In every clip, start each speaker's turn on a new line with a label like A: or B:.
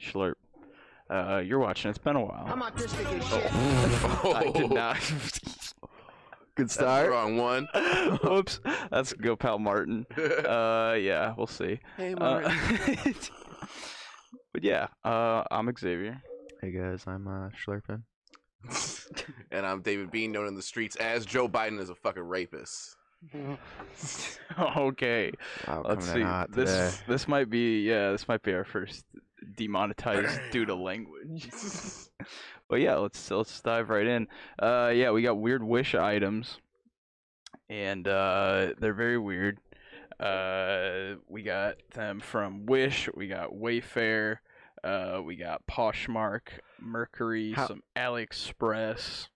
A: slurp. Uh, you're watching. It's been a while.
B: I'm autistic as shit.
C: Mm.
A: I did not. Good
D: That's the
A: start.
D: wrong one.
A: Whoops. That's go pal Martin. Uh, yeah, we'll see.
D: hey, Martin.
A: Uh, but yeah, uh, I'm Xavier.
C: Hey guys, I'm uh, Schlurpin.
D: and I'm David Bean, known in the streets as Joe Biden is a fucking rapist.
A: okay,
C: Wow,
A: let's see.
C: coming in hot today.
A: This this might be yeah, this might be our first demonetized due to language. but yeah, let's let's dive right in. Uh, yeah, we got weird wish items, and uh, they're very weird. Uh, we got them from Wish. We got Wayfair. Uh, we got Poshmark, Mercury,
C: How-
A: some AliExpress.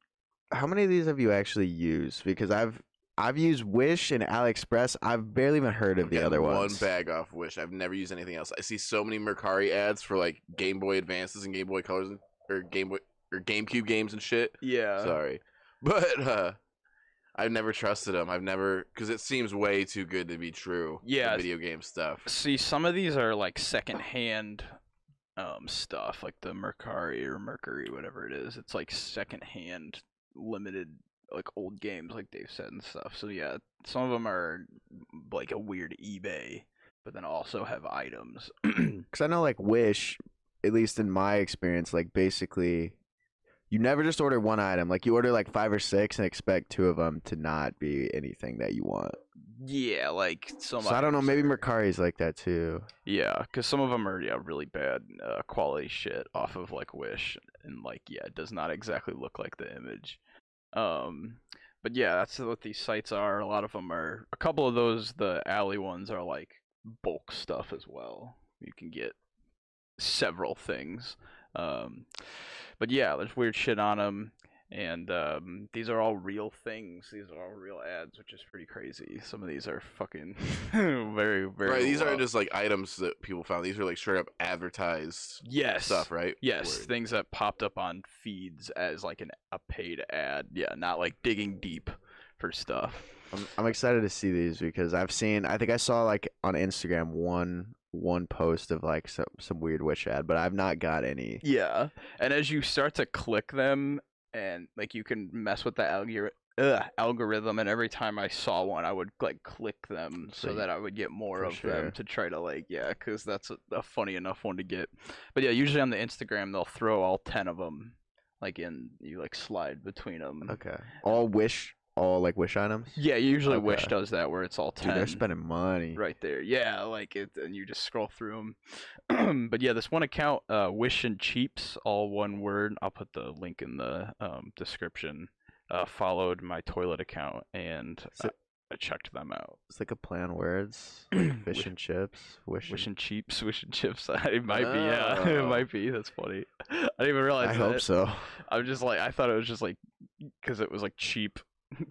C: How many of these have you actually used? Because I've I've used Wish and AliExpress. I've barely even heard of the
D: Getting
C: other
D: one
C: ones.
D: bag off Wish. I've never used anything else. I see so many Mercari ads for like Game Boy Advances and Game Boy Colors and, or Game Boy or GameCube games and shit.
A: Yeah.
D: Sorry, but uh, I've never trusted them. I've never because it seems way too good to be true. the
A: Yeah.
D: video game stuff.
A: See, some of these are like secondhand um stuff, like the Mercari or Mercury, whatever it is. It's like secondhand, limited, like old games, like Dave said and stuff. So yeah, some of them are like a weird eBay, but then also have items.
C: Because I know like Wish, at least in my experience, like basically, you never just order one item. Like you order like five or six and expect two of them to not be anything that you want.
A: yeah, like some.
C: so I don't know.
A: items
C: Maybe
A: are-
C: Mercari's like that too.
A: Yeah, because some of them are yeah really bad uh, quality shit off of like Wish, and like yeah, it does not exactly look like the image. Um, but yeah, that's what these sites are. A lot of them are. A couple of those, the alley ones, are like bulk stuff as well. You can get several things. Um, but yeah, there's weird shit on them, and um, these are all real things. These are all real ads, which is pretty crazy. Some of these are fucking very very.
D: right, these aren't
A: low.
D: just like items that people found. These are like straight up advertised
A: Yes.
D: stuff, right?
A: Yes,
D: Word.
A: things that popped up on feeds as like an a paid ad. Yeah, not like digging deep for stuff.
C: I'm, I'm excited to see these because I've seen. I think I saw like on Instagram one one post of like some some weird Wish ad, but I've not got any.
A: Yeah. And as you start to click them and like you can mess with the algorithm Ugh, algorithm and every time I saw one I would like click them so
C: So
A: that I would get more
C: for
A: of
C: sure.
A: them to try to like yeah cuz that's a, a funny enough one to get. But yeah, usually on the Instagram they'll throw all 10 of them like in you like slide between them.
C: Okay. All Wish, all like Wish items.
A: Yeah, usually
C: Okay.
A: Wish does that where it's all 10.
C: Dude, they're spending money.
A: right there. Yeah, like it, and you just scroll through them. but yeah, this one account, uh, Wish and Cheaps, all one word. I'll put the link in the um, description. Uh, followed my toilet account and uh,
C: Is it-
A: I, I checked them out.
C: It's like a play on words. like fish and chips. Wish.
A: Wish
C: and-
A: and Cheaps, Wish and Chips. It might be, yeah, it
D: Oh.
A: might be. That's funny. I didn't even realize.
C: I hope
A: that.
C: so.
A: I'm just like I thought it was just like because it was like cheap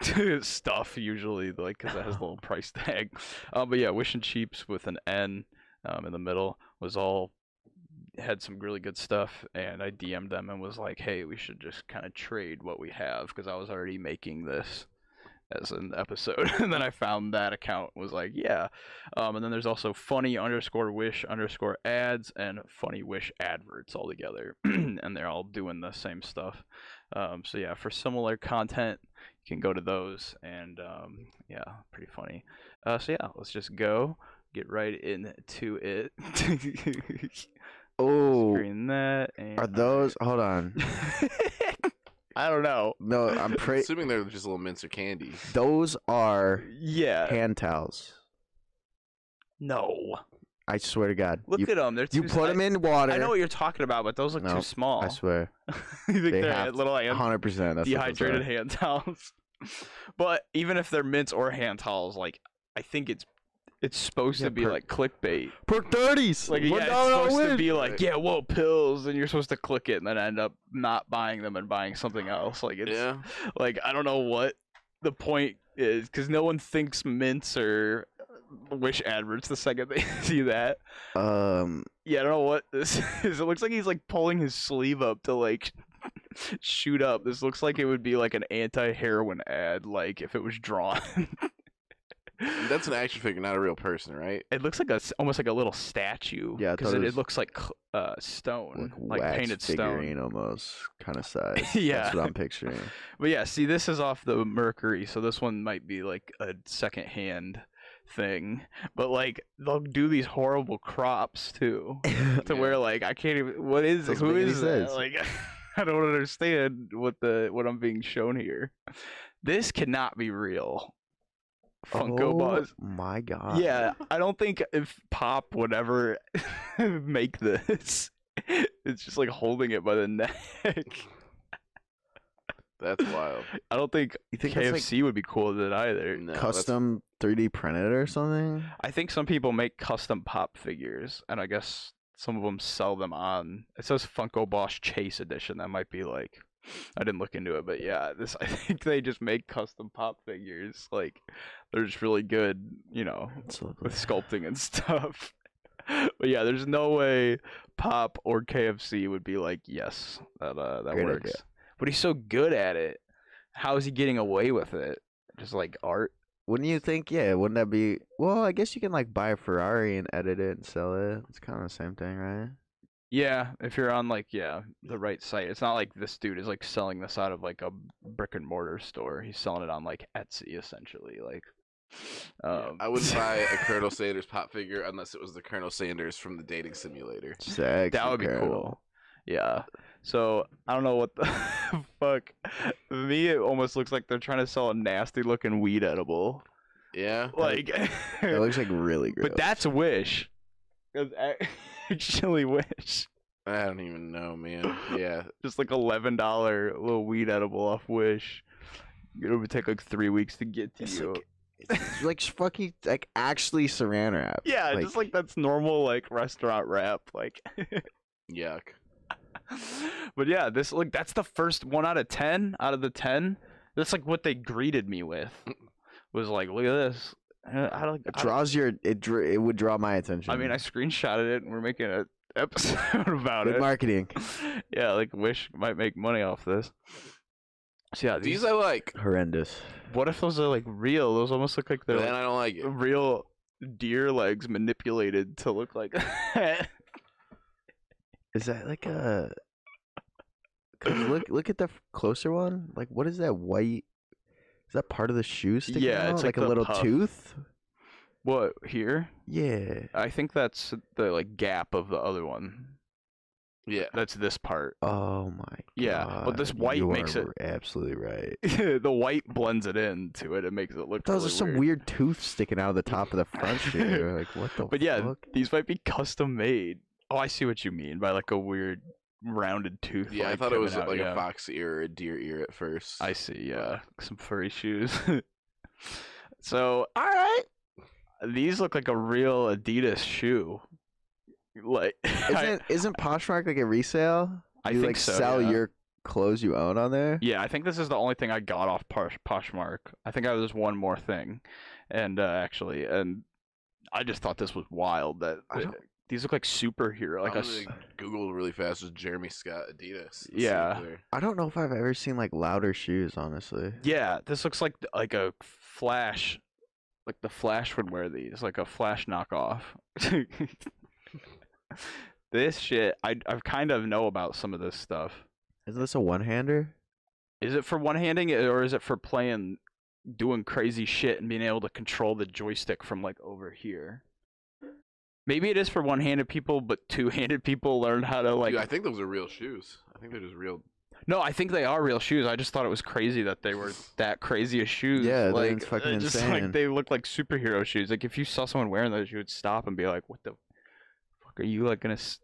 A: stuff usually like because it has a little price tag. Uh, but yeah, Wish and Cheaps with an N um, in the middle was all had some really good stuff, and I DM'd them and was like, hey, we should just kind of trade what we have because I was already making this as an episode and then i found that account was like yeah um, and then there's also funny underscore wish underscore ads and funny wish adverts all together and they're all doing the same stuff um, so yeah for similar content you can go to those and um, yeah pretty funny uh, so yeah let's just go get right into it
C: Oh,
A: screen that and
C: are those? Hold on.
A: i don't know
C: No, I'm
D: I'm
C: pretty.
D: assuming they're just little mints of candy.
C: Those are
A: yeah
C: hand towels.
A: no
C: I swear to God.
A: look
C: you,
A: at them they're
C: you
A: too
C: put them in water.
A: I know what you're talking about, but those look
C: No,
A: too small.
C: I swear.
A: you think
C: They
A: they are
C: have
A: little hand,
C: 100. percent That's what those
A: dehydrated
C: are.
A: hand towels. but even if they're mints or hand towels, like I think it's it's supposed
C: Yeah,
A: to be
C: per-
A: like clickbait.
C: Perk thirties.
A: Like yeah, it's supposed to be like yeah, whoa, pills, and you're supposed to click it and then end up not buying them and buying something else. Like it's
D: yeah,
A: like I don't know what the point is because no one thinks mints or wish adverts the second they see that.
C: Um,
A: Yeah, I don't know what this is. It looks like he's like pulling his sleeve up to like shoot up. This looks like it would be like an anti heroin ad, like if it was drawn.
D: that's an action figure, not a real person, right?
A: It looks like a s- almost like a little statue.
C: Yeah, I
A: because
C: thought
A: it,
C: it
A: it
C: was-
A: looks like cl- uh, stone, like,
C: wax
A: painted
C: figurine
A: stone.
C: almost kind of size.
A: Yeah.
C: That's what I'm picturing.
A: But yeah, see, this is off the Mercury, so this one might be like a second hand thing. But like they'll do these horrible crops too, to
D: Yeah.
A: where like I can't even. What is
C: Doesn't
A: who
C: make any
A: is that?
C: sense.
A: Like I don't understand what the what I'm being shown here. This cannot be real. Funko
C: oh,
A: Buzz.
C: My God.
A: Yeah, I don't think if Pop would ever make this. It's just like holding it by the neck.
D: That's wild.
A: I don't think
C: You think that's like
A: KFC would be cooler than either.
D: No, that's-
C: custom 3D printed or something?
A: I think some people make custom pop figures, and I guess some of them sell them on. It says Funko Boss Chase Edition. That might be like, I didn't look into it, but yeah, this I think they just make custom pop figures. Like, they're just really good, you know,
C: That's lovely.
A: with sculpting and stuff. But yeah, there's no way Pop or KFC would be like, yes, that uh, that
C: Great
A: works.
C: idea.
A: But he's so good at it. How is he getting away with it? Just like art.
C: Wouldn't you think? Yeah, wouldn't that be? Well, I guess you can like buy a Ferrari and edit it and sell it. It's kind of the same thing, right?
A: Yeah, if you're on like yeah the right site, it's not like this dude is like selling this out of like a brick and mortar store. He's selling it on like Etsy essentially. Like,
D: Yeah,
A: um,
D: I wouldn't buy a Colonel Sanders pop figure unless it was the Colonel Sanders from the dating simulator.
C: Sex.
A: That would be cool. Yeah. So I don't know what the fuck. To me, it almost looks like they're trying to sell a nasty looking weed edible.
D: Yeah.
A: Like,
C: It looks like really gross.
A: but that's Wish. That's ac- actually Wish.
D: I don't even know, man. Yeah.
A: Just like eleven dollar little weed edible off Wish. It would take like three weeks to get to
C: It's
A: you.
C: like- It's like fucking like actually saran wrap.
A: yeah,
C: like,
A: just like that's normal like restaurant wrap. Like,
D: Yuck.
A: but yeah, this like that's the first one out of ten out of the ten. That's like what they greeted me with. Was like, look at this. Uh, I don't.
C: it
A: I, don't-
C: draws your it. Dr- it would draw my attention.
A: I mean, I screenshotted it, and we're making an episode about
C: good
A: it.
C: marketing.
A: yeah, like Wish might make money off this. So yeah,
D: These
A: these.
D: I like,
C: Horrendous.
A: What if those are like real? Those almost look like
D: but
A: they're
D: then
A: like,
D: I don't like it.
A: real deer legs manipulated to look like. that.
C: Is that like a? 'cause look look at the f- closer one. Like what is that white? Is that part of the shoe sticking
A: Yeah, it's
C: out?
A: like
C: a
A: the
C: little
A: puff.
C: tooth.
A: what here?
C: Yeah.
A: I think that's the like gap of the other one.
D: Yeah.
A: That's this part.
C: Oh my god.
A: Yeah, but this white
C: you
A: makes
C: are
A: it-
C: absolutely right.
A: the white blends it into it. It makes it look.
C: Those
A: really
C: are some weird.
A: weird.
C: tooth sticking out of the top of the front shoe. Like what the
A: But yeah,
C: fuck?
A: these might be custom made. Oh, I see what you mean by like a weird rounded tooth.
D: Yeah, I
A: like,
D: thought it
A: coming
D: was
A: out,
D: like
A: yeah.
D: a fox ear or a deer ear at first.
A: I see. Yeah, some furry shoes. so all right, these look like a real Adidas shoe. Like I,
C: Isn't isn't Poshmark like a resale?
A: I
C: you
A: think
C: like
A: so,
C: sell
A: yeah.
C: your clothes you own on there?
A: Yeah, I think this is the only thing I got off Posh- Poshmark. I think I was one more thing, and uh, actually, and I just thought this was wild that
C: I don't-
A: these look like superhero, like
D: Like
A: a
D: I
A: s-
D: Googled really fast was Jeremy Scott Adidas. and see
A: Yeah.
D: if they're-
C: I don't know if I've ever seen like louder shoes, honestly.
A: yeah. This looks like like a Flash, like the Flash would wear these, like a Flash knockoff. this shit, I I kind of know about some of this stuff.
C: Isn't this a one hander?
A: Is it for one handing or is it for playing, doing crazy shit and being able to control the joystick from like over here? Maybe it is for one handed people, but two handed people learn how to like.
D: Dude, I think those are real shoes. I think they're just real.
A: No, I think they are real shoes. I just thought it was crazy that they were that crazy as shoes.
C: Yeah, that's
A: like
C: fucking
A: uh, just
C: insane.
A: like they look like superhero shoes. Like if you saw someone wearing those, you would stop and be like, "What the fuck are you like gonna s-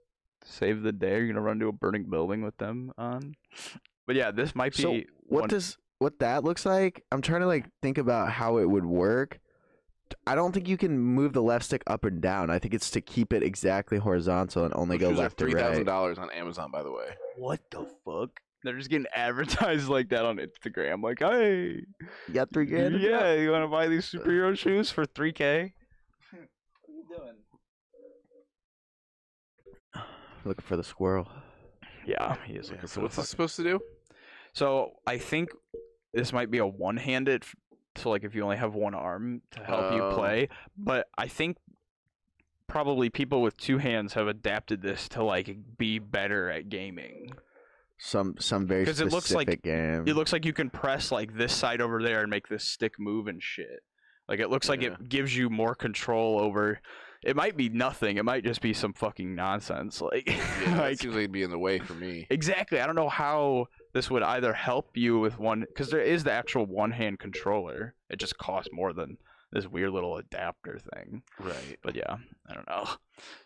A: save the day? Are you gonna run to a burning building with them on?" But yeah, this might be.
C: So what
A: one-
C: does what that looks like? I'm trying to like think about how it would work. I don't think you can move the left stick up and down. I think it's to keep it exactly horizontal and only
D: those
C: go
D: shoes are
C: left to right.
D: dollars on Amazon, by the way.
A: What the fuck? They're just getting advertised like that on Instagram. Like, hey,
C: You got three grand?
A: yeah, you want to buy these superhero shoes for three k? What are you doing?
C: Looking for the squirrel.
A: Yeah, he is. looking
D: so
A: for the
D: what's this
A: fuck-
D: supposed to do?
A: So I think this might be a one-handed f- So like if you only have one arm to help you
D: Oh.
A: play, but I think probably people with two hands have adapted this to like be better at gaming.
C: Some some very
A: 'Cause
C: specific
A: it looks like-
C: game.
D: Mm.
A: It looks like you can press like this side over there and make this stick move and shit. Like it looks like
D: Yeah.
A: it gives you more control over. It might be nothing. It might just be some fucking nonsense. Like,
D: Yeah, it
A: like
D: seems like it'd be in the way for me.
A: Exactly. I don't know how this would either help you with one because there is the actual one-hand controller. It just costs more than this weird little adapter thing.
D: Right.
A: But yeah, I don't know.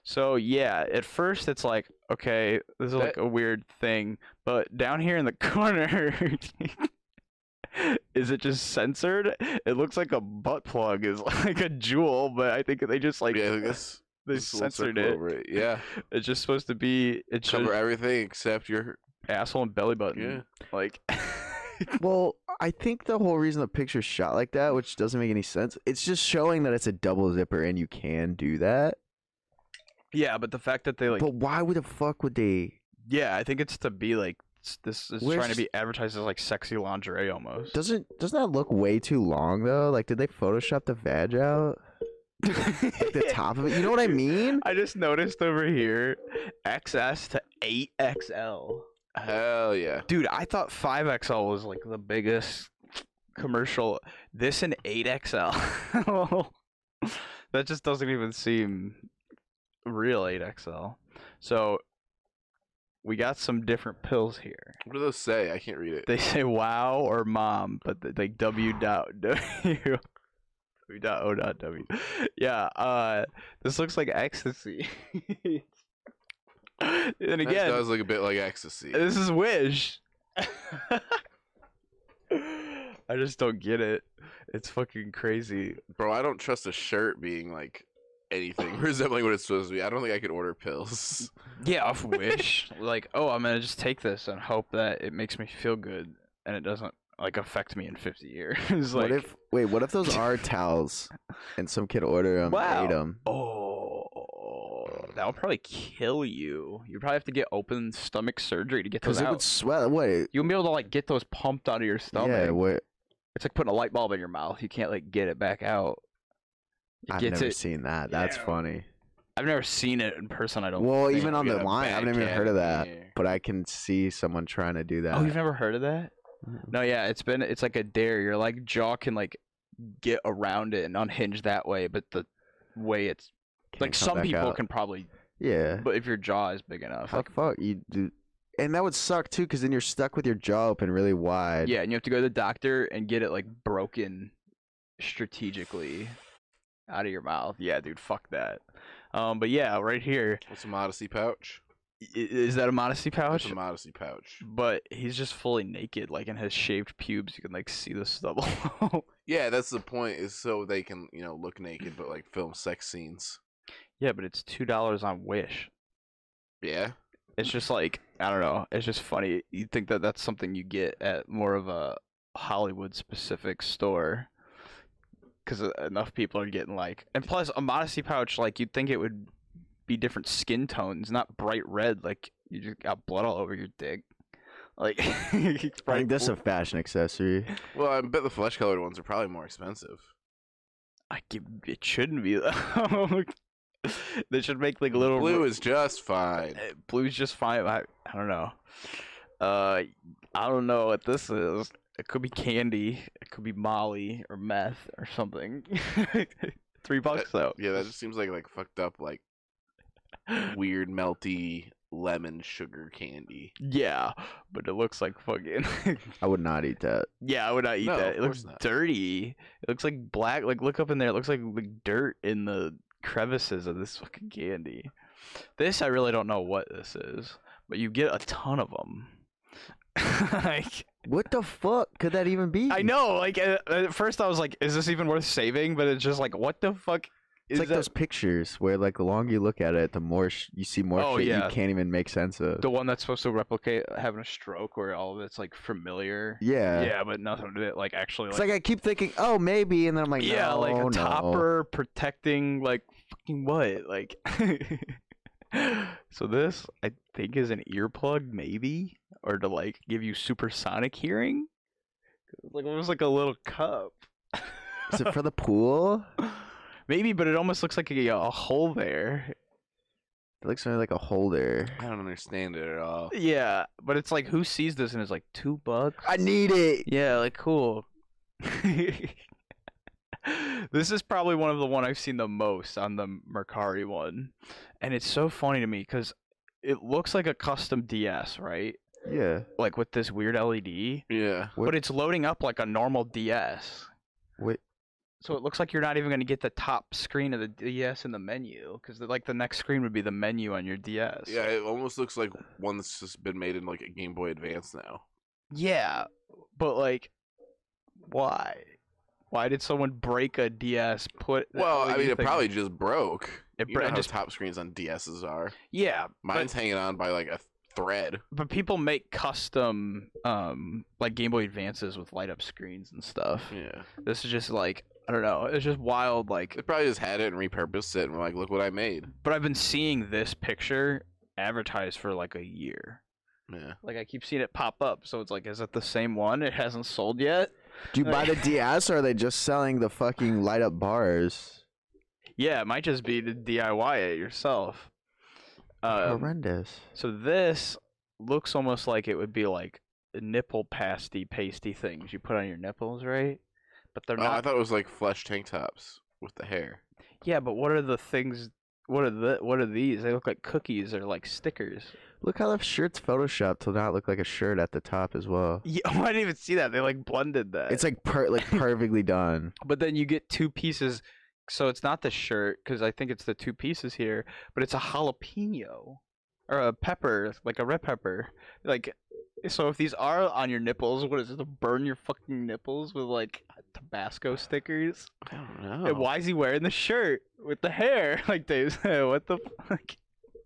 A: So yeah, at first it's like okay, this is
D: That-
A: like a weird thing, but down here in the corner. Is it just censored? It looks like a butt plug is like a jewel, but I think they just like
D: yeah, I think this,
A: they
D: this little
A: censored
D: circle
A: it.
D: over it. Yeah,
A: It's just supposed to be it's
D: cover
A: just
D: everything except your.
A: asshole and belly button.
D: Yeah.
A: Like
C: well, I think the whole reason the picture's shot like that, which doesn't make any sense, it's just showing that it's a double zipper and you can do that.
A: Yeah, but the fact that they like,
C: but why would the fuck would they?
A: yeah, I think it's to be like s- this is
C: Where's-
A: trying to be advertised as like sexy lingerie almost.
C: Doesn't doesn't that look way too long though? Like, did they Photoshop the vag out, like the top of it? You know what I mean?
A: I just noticed over here, XS to eight XL.
D: Hell yeah.
A: Dude, I thought five XL was like the biggest commercial. This and eight XL. that just doesn't even seem real eight XL. So we got some different pills here.
D: What do those say? I can't read it.
A: they say wow or mom, but th- like w dot w w dot o dot w. Yeah, uh, this looks like ecstasy. and
D: That
A: again,
D: does look a bit like ecstasy.
A: this is wish. I just don't get it. It's fucking crazy.
D: Bro, I don't trust a shirt being like anything resembling what it's supposed to be. I don't think I could order pills.
A: Yeah, off wish. like, oh, I'm gonna just take this and hope that it makes me feel good and it doesn't like affect me in 50 years. like,
C: what if wait? What if those are towels, and some kid ordered them,
A: Wow.
C: ate them?
A: Oh, that would probably kill you. You probably have to get open stomach surgery to get
C: Because
A: those
C: it
A: out.
C: would sweat. What? it-
A: You wouldn't be able to like get those pumped out of your stomach.
C: Yeah. What?
A: It's like putting a light bulb in your mouth. You can't like get it back out. It
C: I've
A: gets
C: never
A: it-
C: seen that. That's
A: Yeah.
C: funny.
A: I've never seen it in person. I don't.
C: Well,
A: think.
C: even on
D: We
C: the
D: got a
C: line, I've
D: bad
C: never even
D: cat
C: heard of
D: in
C: that.
D: here.
C: But I can see someone trying to do that.
A: Oh, you've never heard of that?
C: Mm.
A: No, yeah, it's been it's like a dare. Your like jaw can like get around it and unhinge that way, but the way it's
C: Can't
A: like
C: come
A: some
C: back
A: people
C: out. Eh?
A: can probably,
C: Yeah.
A: but if your jaw is big enough, like
C: Fuck, fuck. You do, and that would suck too, because then you're stuck with your jaw open really wide.
A: Yeah, and you have to go to the doctor and get it like broken strategically out of your mouth. Yeah, dude, fuck that. Um, but yeah, right here
D: What's a modesty pouch?
A: i- is that a modesty
D: What's
A: pouch?
D: a modesty pouch?
A: But he's just fully naked, like in his shaved pubes. You can like see the stubble.
D: Yeah, that's the point. Is so they can you know look naked, but like film sex scenes.
A: yeah, but it's two dollars on Wish.
D: Yeah,
A: It's just like I don't know. It's just funny. You think that that's something you get at more of a Hollywood specific store because enough people are getting like, and plus a modesty pouch. Like you'd think it would be different skin tones, not bright red. Like you just got blood all over your dick. Like it's
C: I
A: probably
C: think that's
A: cool.
C: a fashion accessory.
D: Well, I bet the flesh colored ones are probably more expensive.
A: I give, it shouldn't be though. they should make like little
D: Blue is just fine.
A: Uh, Blue's just fine. I, I don't know. Uh, I don't know what this is. It could be candy. It could be Molly or meth or something. Three bucks though.
D: Uh, Yeah, that just seems like like fucked up like weird melty lemon sugar candy.
A: Yeah, but it looks like fucking.
C: I would not eat that.
A: yeah, I would not eat
D: No,
A: that.
D: of
A: It looks
D: course not.
A: dirty. It looks like black. Like look up in there. It looks like like dirt in the crevices of this fucking candy. This I really don't know what this is, but you get a ton of them. like
C: What the fuck could that even be?
A: I know. Like at, at first, I was like, "Is this even worth saving?" But it's just like, "What the fuck?"
C: It's
A: Is
C: like
A: that
C: those pictures where, like, the longer you look at it, the more sh- you see more
A: Oh,
C: shit
A: yeah.
C: you can't even make sense of.
A: the one that's supposed to replicate having a stroke, where all of it's like familiar?
C: yeah.
A: yeah, but nothing of it like actually
C: It's
A: like,
C: like I keep thinking, oh, maybe, and then I'm like,
A: yeah,
C: no,
A: like a
C: no.
A: topper protecting like fucking what? Like, so this I think is an earplug, maybe, or to like give you supersonic hearing. Like it was like a little cup.
C: Is it for the pool?
A: Maybe, but it almost looks like a, a hole there.
C: It looks really like a holder.
D: I don't understand it at all.
A: Yeah, but it's like who sees this and is like two bucks?
C: I need it.
A: Yeah, like cool. this is probably one of the one I've seen the most on the Mercari one, and it's so funny to me because it looks like a custom DS, right?
C: Yeah.
A: Like with this weird LED,
D: Yeah.
C: What-
A: but it's loading up like a normal DS.
C: Wait.
A: So it looks like you're not even going to get the top screen of the DS in the menu because like the next screen would be the menu on your DS.
D: Yeah, it almost looks like one that's just been made in like a Game Boy Advance now.
A: Yeah, but like, why? Why did someone break a DS? Put that
D: Well, I
A: LED
D: mean, it
A: thing-
D: probably just broke.
A: It
D: you
A: bro-
D: know
A: it
D: how
A: just-
D: top screens on DSs are.
A: yeah.
D: Mine's
A: But,
D: hanging on by like a thread.
A: but people make custom um like Game Boy Advances with light up screens and stuff.
D: Yeah.
A: This is just like I don't know. It's just wild. Like,
D: They probably just had it and repurposed it and were like, look what I made.
A: but I've been seeing this picture advertised for like a year.
D: Yeah.
A: Like I keep seeing it pop up, so it's like, is it the same one? It hasn't sold yet.
C: Do you buy the DS or are they just selling the fucking light up bars?
A: Yeah, it might just be to DIY it yourself. Um,
C: Horrendous.
A: So this looks almost like it would be like nipple pasty pasty things you put on your nipples, right? But they're
D: Oh, I
A: not.
D: thought it was like flesh tank tops with the hair.
A: Yeah, but what are the things? What are the what are these? They look like cookies or like stickers.
C: Look how the shirt's photoshopped to not look like a shirt at the top as well.
A: Yeah, I didn't even see that. They like blended that.
C: It's like per like perfectly done.
A: but then you get two pieces. So it's not the shirt because I think it's the two pieces here, but it's a jalapeno or a pepper, like a red pepper. Like, so if these are on your nipples, what is it to burn your fucking nipples with like Tabasco stickers?
D: I don't know.
A: And why is he wearing the shirt with the hair? Like Dave said, what the fuck?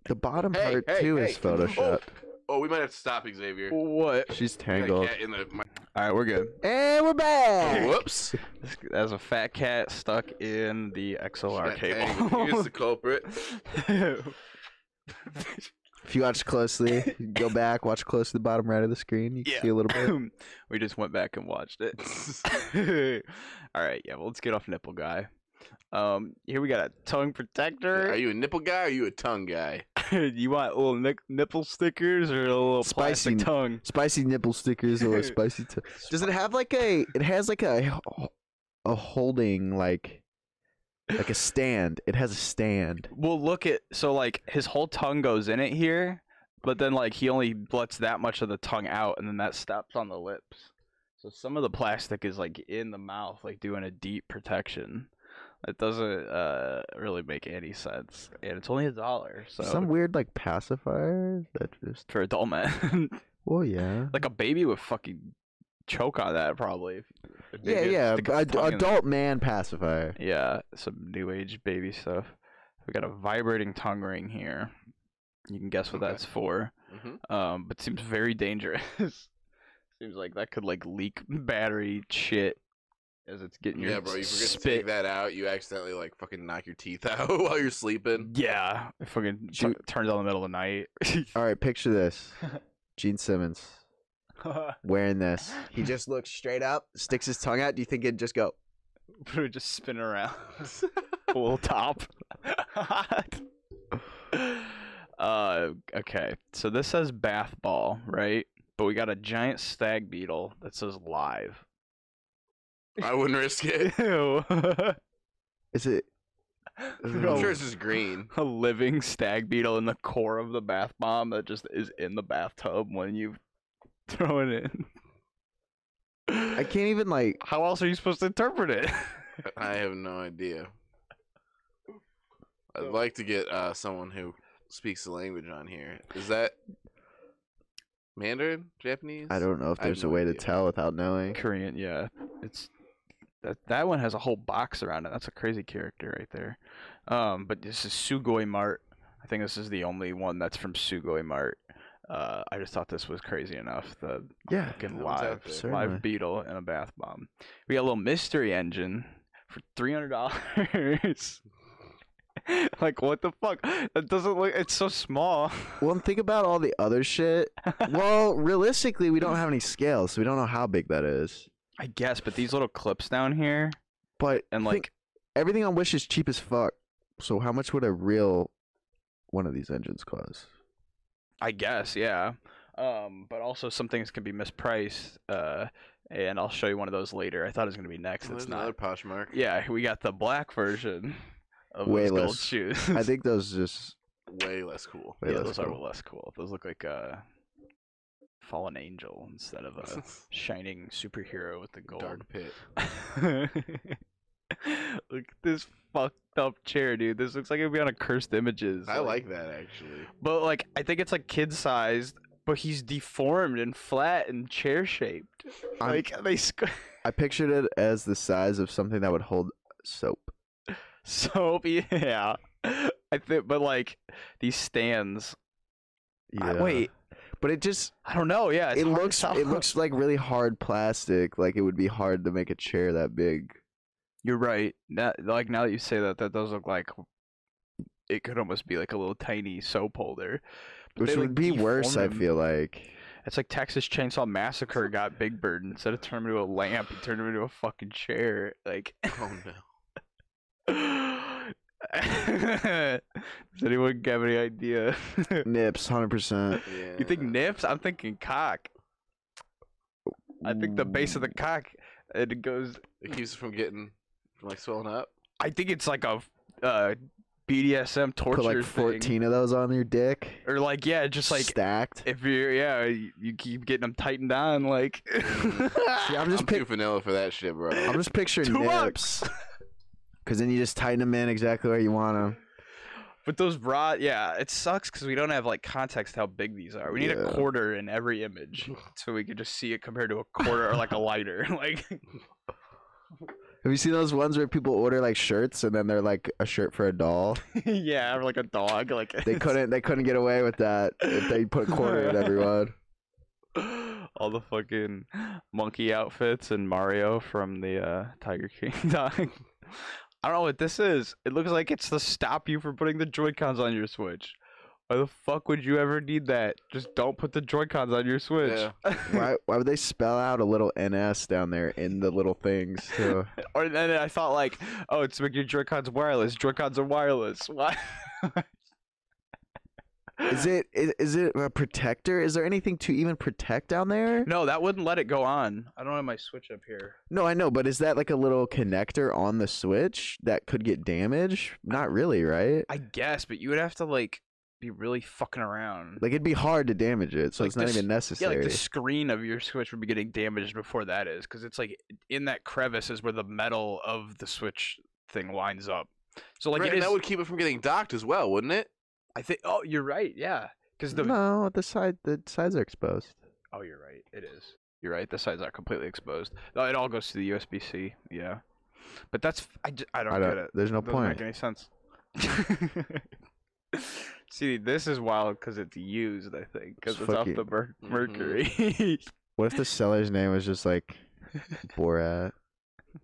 C: The bottom
D: Hey,
C: part
D: hey,
C: too
D: hey.
C: is photoshopped.
D: Oh, we might have to stop, Xavier.
A: What?
C: She's
D: Got a
C: tangled.
D: cat in the mi-
A: All right, we're good.
C: And we're
D: Oh,
C: back.
D: whoops.
A: This- That was a fat cat stuck in the XLR
D: Got tangled. He is
A: cable.
D: the culprit.
C: If you watch closely, you go back, watch close to the bottom right of the screen. You can
A: Yeah.
C: see a little bit.
A: we just went back and watched it. All right, yeah. Well, let's get off nipple guy. Um, here we got a tongue
D: Are
A: protector.
D: you a nipple guy or are you a tongue guy?
A: you want little nick- nipple stickers or a little
C: Spicy
A: plastic tongue?
C: Spicy nipple stickers or spicy. T- Does it have like a? It has like a a holding like like a stand. It has a stand.
A: Well, look at so like his whole tongue goes in it here, but then like he only lets that much of the tongue out, and then that stops on the lips. So some of the plastic is like in the mouth, like doing a deep protection. That doesn't uh, really make any sense, and it's only a dollar. So
C: Some weird like pacifier that just.
A: for adult men,
C: Well, yeah.
A: like a baby would fucking choke on that probably. if- if they
C: Yeah,
A: just
C: yeah.
A: stick
C: but
A: his
C: ad-
A: tongue in there.
C: adult man pacifier.
A: Yeah, some new age baby stuff. We got a vibrating tongue ring here. You can guess what
D: Okay.
A: that's for.
D: Mhm.
A: Um, but seems very dangerous. seems like that could like leak battery shit as it's getting your
D: Yeah, bro. You forget to
A: spit.
D: take that out. You accidentally like fucking knock your teeth out while you're sleeping.
A: Yeah, it fucking t-
C: Shoot.
A: turns on in the middle of the night.
C: All right, picture this. Gene Simmons wearing this. He just looks straight up, sticks his tongue out. Do you think it'd just go?
A: It would just spin around. Full top. uh, okay, so this says bath ball, right? But we got a giant stag beetle that says live.
D: I wouldn't risk it.
A: Ew.
C: Is it?
D: I'm sure
A: a,
D: it's just green.
A: a living stag beetle in the core of the bath bomb that just is in the bathtub when you throw it in.
C: I can't even like.
A: How else are you supposed to interpret it?
D: I have no idea. I'd like to get uh, someone who speaks the language on here. Is that Mandarin? Japanese?
C: I don't know if
D: I have
C: there's a
D: no
C: way to
D: idea.
C: tell without knowing.
A: Korean, yeah. It's that that one has a whole box around it. That's a crazy character right there. Um, but this is Sugoi Mart. I think this is the only one that's from Sugoi Mart. Uh, I just thought this was crazy enough. The
C: Yeah.
A: fucking
D: that one's out
A: live,
D: there.
C: Certainly.
A: live beetle and a bath bomb. We got a little mystery engine for three hundred dollars. like what the fuck? That doesn't look. It's so small.
C: Well, and think about all the other shit. well, realistically, we don't have any scales, so we don't know how big that is.
A: I guess, but these little clips down here.
C: But
A: and
C: think-
A: like
C: everything on Wish is cheap as fuck. So how much would a real one of these engines cost?
A: I guess, yeah. Um, but also some things can be mispriced. Uh, and I'll show you one of those later. I thought it was gonna be next.
D: Well,
A: it's
D: there's
A: not.
D: another Poshmark.
A: Yeah, we got the black version of
C: Way
A: those gold
C: less.
A: shoes.
C: I think those just
D: Way less cool.
C: Way
A: yeah,
C: less
A: those are
C: cool.
A: less cool. Those look like a fallen angel instead of a shining superhero with the gold.
D: Dark pit.
A: look at this fucked up chair, dude. This looks like it'd be on a cursed images.
D: I like that actually.
A: But like, I think it's like kid sized, but he's deformed and flat and chair shaped.
C: I'm-
A: Like they sc-
C: I pictured it as the size of something that would hold soap.
A: soap, yeah. I think, but like these stands. I-
C: Yeah.
A: wait,
C: but it just
A: I don't know. Yeah, it's
C: it
A: hard to
C: looks
A: tell.
C: it looks like really hard plastic. Like it would be hard to make a chair that big.
A: You're right. That like now that you say that, that does look like it could almost be like a little tiny soap holder. But
C: Which
A: they, like,
C: would be worse,
A: deform
C: I
A: them.
C: feel like.
A: It's like Texas Chainsaw Massacre got Big Bird and instead of turning him into a lamp, he turned him into a fucking chair. Like,
D: Oh no.
A: does anyone have any idea?
C: Nips, hundred percent.
D: Yeah.
A: you think nips? I'm thinking cock. I think the base of the cock it goes.
D: it keeps it from getting from like swelling up?
A: I think it's like a uh, BDSM torture
C: put like
A: thing.
C: fourteen of those on your dick.
A: or like yeah, just like
C: stacked.
A: if you're yeah, you, you keep getting them tightened on like.
C: See, I'm just
D: I'm
C: pic-
D: too vanilla for that shit, bro.
C: I'm just picturing
A: Two
C: nips. Cause then you just tighten them in exactly where you want them.
A: But those bra, yeah, it sucks because we don't have like context how big these are. We need a
C: Yeah.
A: quarter in every image, so we could just see it compared to a quarter or like a lighter. Like,
C: Have you seen those ones where people order like shirts and then they're like a shirt for a doll?
A: yeah, or like a dog. Like
C: They couldn't. They couldn't get away with that if they put a quarter in everyone.
A: all the fucking monkey outfits and Mario from the uh, Tiger King dog. I don't know what this is. It looks like it's to stop you from putting the Joy Cons on your Switch. Why the fuck would you ever need that? Just don't put the Joy Cons on your Switch.
D: Yeah.
C: Why? Why would they spell out a little NS down there in the little things? Too?
A: Or and then I thought like, oh, it's to make your Joy-Cons wireless. Joy-Cons are wireless. Why?
C: Is it? Is, is it a protector? Is there anything to even protect down there?
A: No, that wouldn't let it go on. I don't have my Switch up here.
C: No, I know, but is that like a little connector on the Switch that could get damaged? Not really, right?
A: I guess, but you would have to like be really fucking around.
C: Like it'd be hard to damage it, so
A: Like
C: it's not
A: this-
C: even
A: yeah,
C: necessary.
A: like the screen of your Switch would be getting damaged before that is, because it's like in that crevice is where the metal of the Switch thing winds up. So like
D: Right,
A: it
D: and
A: is.
D: that would keep it from getting docked as well, wouldn't it?
A: I think. Oh, you're right. Yeah, because the.
C: No, the side the sides are exposed.
A: Oh, you're right. It is. You're right. The sides are completely exposed. No, it all goes to the USB C. Yeah, but that's f- I, j- I don't
C: I
A: get
C: don't.
A: it.
C: There's no
A: Doesn't make
C: point.
A: any sense. See, this is wild because it's used. I think because
C: It's
A: it's, off the
C: fucking-
A: mer-
D: Mhm.
A: mercury.
C: What if the seller's name was just like Borat?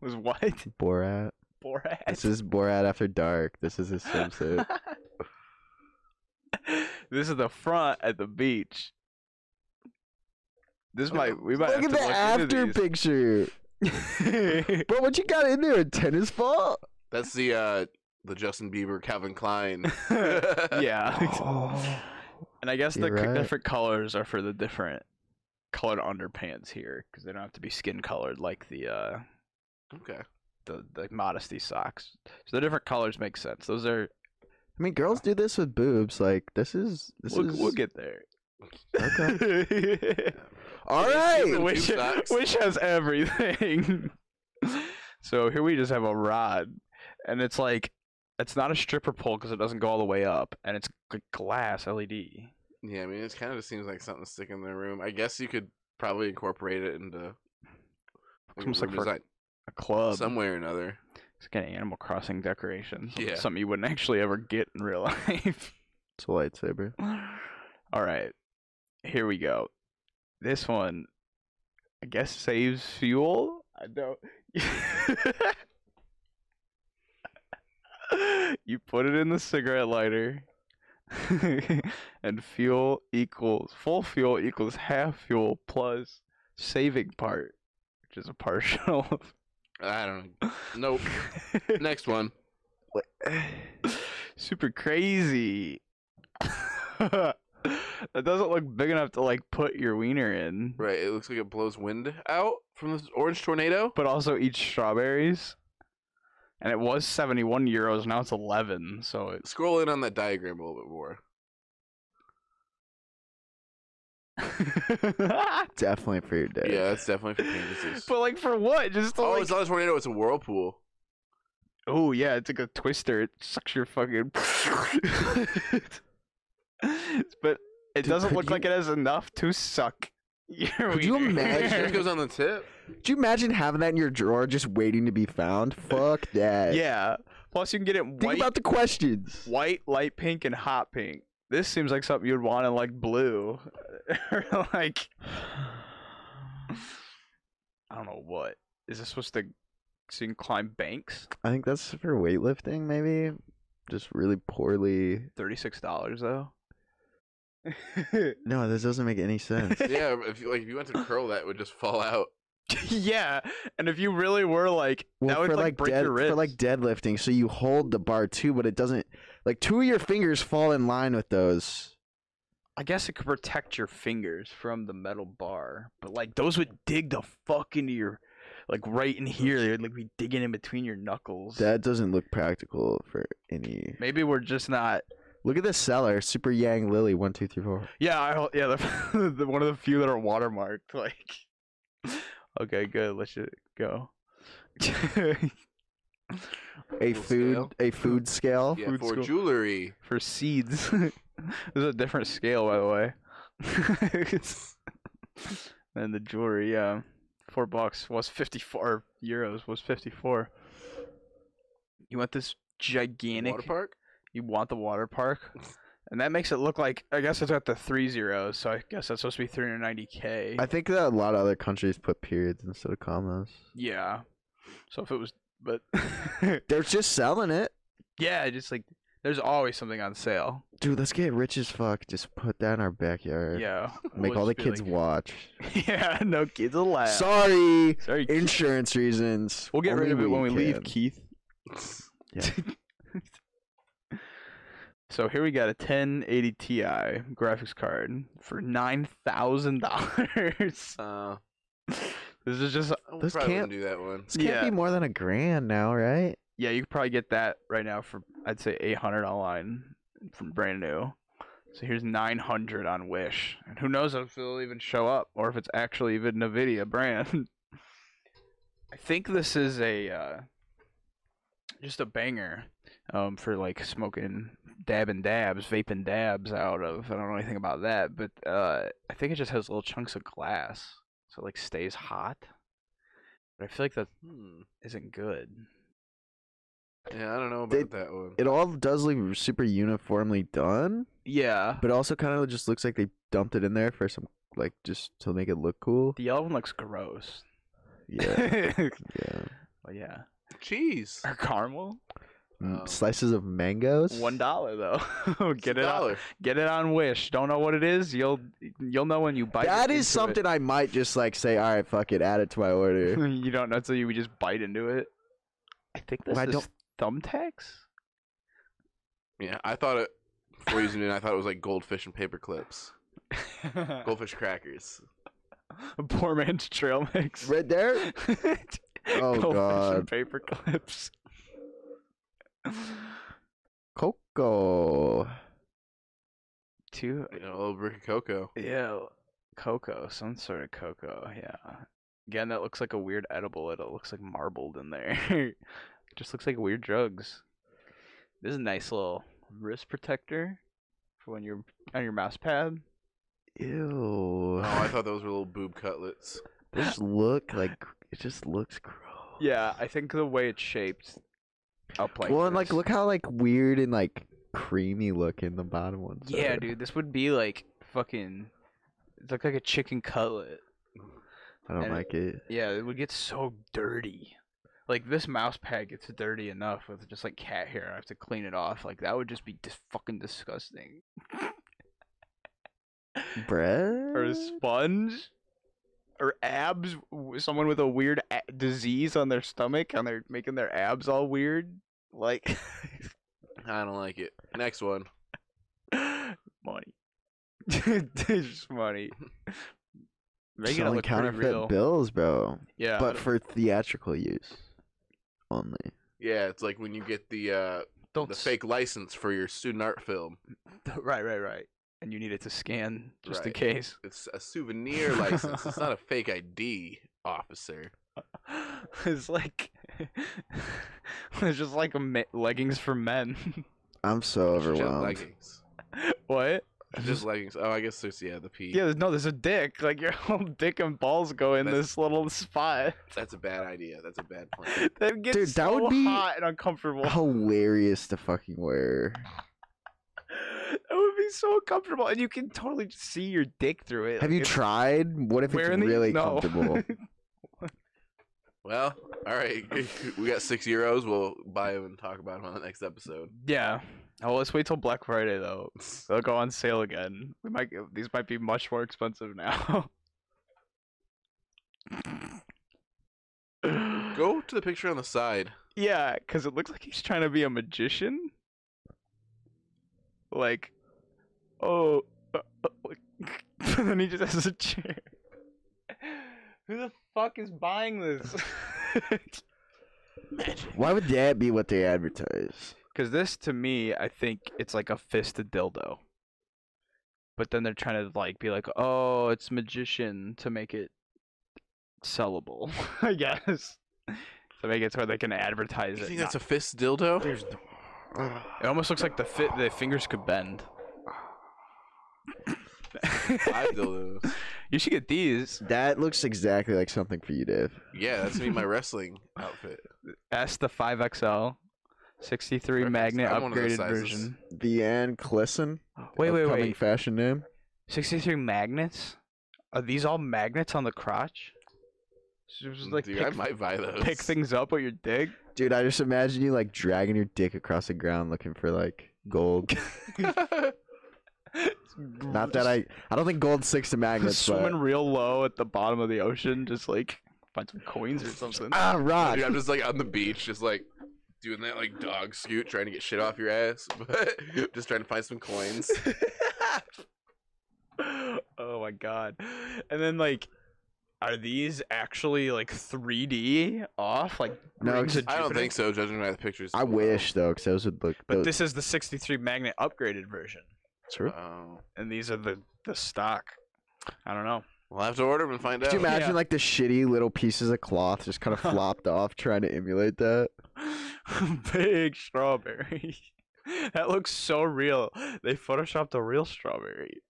A: was what
C: Borat.
A: Borat?
C: This is Borat after dark. This is his swimsuit.
A: this is the front at the beach. This might we might
C: Look
A: have
C: at the
A: to
C: after
A: look
C: picture,
A: into these.
C: bro. What you got in there? A tennis ball?
D: That's the uh the Justin Bieber Calvin Klein.
A: yeah. and I guess the
C: You're
A: c-
C: right.
A: different colors are for the different colored underpants here because they don't have to be skin colored like the uh
D: Okay.
A: the, the modesty socks. So the different colors make sense. Those are
C: I mean, girls do this with boobs. Like this is this
A: we'll,
C: is
A: we'll get there.
C: okay. All
D: It's
C: right.
D: even-
A: Which,
D: two socks.
A: which has everything. so here we just have a rod, and it's like it's not a stripper pole because it doesn't go all the way up, and it's g- glass E LED.
D: Yeah, I mean it kind of just seems like something to stick in the room. I guess you could probably incorporate it into like,
A: Almost like
D: room
A: for a
D: design
A: A club,
D: some way or another.
A: it's kind of Animal Crossing decoration. some-
D: Yeah.
A: something you wouldn't actually ever get in real life.
C: It's a lightsaber.
A: all right, here we go. This one, I guess, saves fuel. I don't. you put it in the cigarette lighter and fuel equals full fuel equals half fuel plus saving part which is a partial
D: I don't know. Nope. Next one.
A: Super crazy. that doesn't look big enough to like put your wiener in,
D: Right. It looks like it blows wind out from this orange tornado.
A: but also eats strawberries. And it was 71 euros, now it's 11. So it's
D: Scroll in on that diagram a little bit more.
C: Definitely for your dick.
D: Yeah, that's definitely for penises.
A: but like for what? Just to,
D: oh,
A: like
D: it's not a tornado. It's a whirlpool.
A: Oh yeah, it's like a twister. It sucks your fucking. but it
C: Dude,
A: doesn't
C: could
A: look like it
C: you-
A: has enough to suck. Your
C: Could you
A: wiener.
D: Like, it just
C: imagine-
D: goes on the tip.
C: Could you imagine having that in your drawer just waiting to be found? Fuck that.
A: yeah. Plus, you can get it
C: Think
A: white,
C: about the questions.
A: white, light pink, and hot pink. This seems like something you'd want in like blue, or like I don't know what is this supposed to. So you can climb banks.
C: I think that's for weightlifting, maybe. Just really poorly.
A: Thirty-six dollars though.
C: No, this doesn't make any sense.
D: Yeah, if you like, if you went to curl, that would just fall out.
A: yeah, and if you really were like, that
C: Well,
A: would
C: for
A: like, break
C: dead-
A: your wrist.
C: for like deadlifting, so you hold the bar too, but it doesn't. Like two of your fingers fall in line with those.
A: I guess it could protect your fingers from the metal bar, but like those would dig the fuck into your, like right in here. They would like be digging in between your knuckles.
C: That doesn't look practical for any.
A: Maybe we're just not.
C: Look at this seller, Super Yang Lily, one two three four.
A: Yeah, I don't- yeah, the, the one of the few that are watermarked. Like, okay, good. Let's just go.
C: A
D: Full
C: food,
D: scale?
C: a food scale.
D: Yeah,
A: Oh, Food
D: for
A: school.
D: jewelry.
A: For seeds, this is a different scale, by the way. and the jewelry, yeah, four bucks was fifty-four euros was fifty-four. You want this gigantic?
D: Water park.
A: You want the water park, and that makes it look like I guess it's at the three zeros, so I guess that's supposed to be three hundred ninety k.
C: I think that a lot of other countries put periods instead of commas.
A: Yeah. So if it was, but
C: They're just selling it,
A: yeah, just like there's always something on sale.
C: dude. Let's get rich as fuck. Just put that in our backyard.
A: Yeah.
C: Make
A: We'll
C: all the
A: just be
C: kids
A: like-
C: watch.
A: yeah, no kids allowed.
C: Sorry,
A: Sorry, Keith.
C: insurance reasons.
A: We'll get rid
C: Only
A: of it when we leave,
C: can.
A: Keith.
C: Yeah.
A: so here we got a 1080 Ti graphics card for nine thousand dollars.
D: Uh,
A: This is just
D: I
C: This
D: probably wouldn't
C: can't-
D: do that one.
C: This can't
A: Yeah.
C: be more than a grand now, right?
A: yeah, you could probably get that right now for I'd say eight hundred online from brand new. So here's nine hundred on Wish, and who knows if it'll even show up or if it's actually even Nvidia brand. I think this is a uh, just a banger um, for like smoking dabbing dabs, vaping dabs out of. I don't know anything about that, but uh, I think it just has little chunks of glass, so it like stays hot. But I feel like that
D: Hmm.
A: isn't good.
D: Yeah, I don't know about
C: They-
D: that one.
C: It all does look super uniformly done,
A: Yeah,
C: but also kind of just looks like they dumped it in there for some like just to make it look cool.
A: The yellow one looks gross.
C: Yeah,
A: Well,
C: yeah.
A: yeah.
D: Cheese.
A: Or caramel.
C: Mm,
D: Oh.
C: Slices of mangoes.
A: Um, One dollar though.
D: It's
A: get
D: a
A: it on,
D: dollar.
A: get it on Wish. Don't know what it is. You'll you'll know when you bite.
C: That
A: into
C: is something I might just like say. All right, fuck it, add it to my order.
A: It. you don't know until you just bite into it. I think this
C: Well, I
A: is
C: don't-
A: thumbtacks.
D: Yeah, I thought it. Before using it, I thought it was like goldfish and paper clips. Goldfish crackers.
A: A Poor man's trail mix.
C: right there. Oh, God.
A: Paper clips.
C: Coco.
A: Two
D: You know, a little brick of cocoa.
A: Yeah, cocoa, some sort of cocoa. Yeah. Again, that looks like a weird edible. It looks like marbled in there. Just looks like weird drugs. This is a nice little wrist protector for when you're on your mouse pad.
C: Ew.
D: Oh, I thought those were little boob cutlets.
C: This look like it just looks gross.
A: Yeah, I think the way it's shaped up like
C: well, and like
A: this-
C: look how like weird and like creamy looking the bottom ones.
A: Yeah,
C: are.
A: dude, this would be like fucking it looked like a chicken cutlet.
C: I don't
A: and-
C: like it.
A: Yeah, it would get so dirty. Like this mouse pad gets dirty enough with just like cat hair. I have to clean it off. Like that would just be dis- fucking disgusting.
C: Bread.
A: Or a sponge, or abs. w- Someone with a weird a- got disease on their stomach and they're making their abs all weird. Like
D: I don't like it. Next one.
A: money. Just money. Making it
C: Selling
A: look pretty
C: counterfeit
A: real.
C: bills, bro.
A: Yeah.
C: but
A: don't-
C: for theatrical use only.
D: Yeah, it's like when you get the uh
A: don't
D: the
A: s-
D: fake license for your student art film.
A: Right, right, right. And you needed to scan just in
D: Right.
A: case.
D: It's a souvenir license. It's not a fake ID, officer.
A: it's like it's just like me- leggings for men.
C: I'm so
D: It's just
C: overwhelmed.
D: leggings.
A: what?
D: It's just leggings. Oh, I guess there's yeah the P.
A: Yeah, there's- no, there's a dick. Like your whole dick and balls go in
D: That's-
A: this little spot.
D: That's a bad idea. That's a bad plan.
A: That gets
C: Dude, that
A: so
C: would be-
A: hot and uncomfortable.
C: Hilarious to fucking wear.
A: That would be so uncomfortable, and you can totally just see your dick through it.
C: Have
A: Like,
C: you
A: it's-
C: tried? What if it's
A: Wearing the-
C: really
A: no.
C: comfortable?
D: Well, all right. We got six euros. We'll buy them and talk about them on the next episode.
A: Yeah. Oh, let's wait till Black Friday though. They'll go on sale again. We might these might be much more expensive now.
D: Go to the picture on the side.
A: Yeah, because it looks like he's trying to be a magician. Like, oh, uh, uh, like, and then he just has a chair. Who the fuck is buying this?
C: Why would that be what they advertise?
A: Because this, to me, I think it's like a fisted dildo. But then they're trying to like be like, oh, it's magician to make it sellable. I guess to make it so they can advertise
D: You
A: it.
D: think
A: not-
D: that's a fist dildo?
C: There's no.
A: It almost looks like the fi- the fingers could bend.
D: Five dildos.
A: you should get these.
C: That looks exactly like something for you, Dave.
D: Yeah, that's me. My wrestling outfit.
A: S the five XL, sixty three
D: Perfect.
A: magnet
D: I'm one of those
A: upgraded
D: sizes.
A: version.
C: Deanne Clisson.
A: Wait, wait,
C: upcoming
A: wait.
C: Fashion name.
A: Sixty three magnets. Are these all magnets on the crotch? So Just like
D: Dude, I
A: pick,
D: might buy those.
A: pick things up with your dick.
C: Dude, I just imagine you like dragging your dick across the ground looking for like gold. Not that I, I don't think gold sticks to magnets.
A: swimming
C: But,
A: real low at the bottom of the ocean, just like find some coins or something.
C: ah, rock.
D: Dude, I'm just like on the beach, just like doing that like dog scoot, trying to get shit off your ass, but just trying to find some coins.
A: oh my god. And then like are these actually like 3D off like
C: No,
A: rings
C: it's-
A: of
D: I don't
A: Jupiter?
D: think so, judging by the pictures.
C: I wish though, because those would look.
A: But
C: those-
A: this is the 63 magnet upgraded version
C: true.
D: Oh.
A: and these are the the stock. I don't know.
D: We'll have to order them and find
C: Could
D: out.
C: you imagine
A: Yeah.
C: like the shitty little pieces of cloth just kind of flopped off trying to emulate that?
A: Big strawberry. that looks so real. They photoshopped a real strawberry.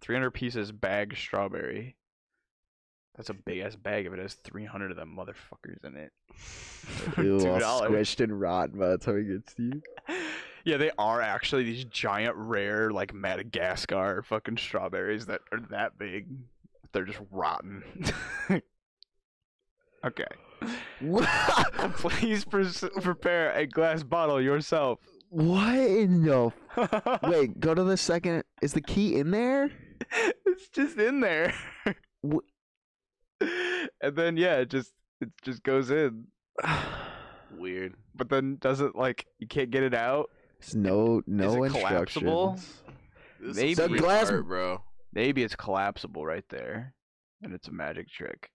A: 300 pieces bag strawberry. That's a big ass bag if it has 300 of them motherfuckers in it. For
C: Ew, all
A: $2.
C: squished and rotten by the time it gets to you.
A: yeah, they are actually these giant, rare, like Madagascar fucking strawberries that are that big. They're just rotten. okay. Please pres- prepare a glass bottle yourself.
C: what in the?
A: it's
C: Wait, go to the second. Is the key in there?
A: just in there.
C: Wh-
A: and then yeah, it just it just goes in,
D: Weird.
A: but then doesn't like you can't get it out.
C: It's no no
A: Is it collapsible?
C: instructions.
D: This
A: Maybe.
D: is some
A: The
D: weird
C: glass-
D: art, bro.
A: Maybe it's collapsible right there, and it's a magic trick.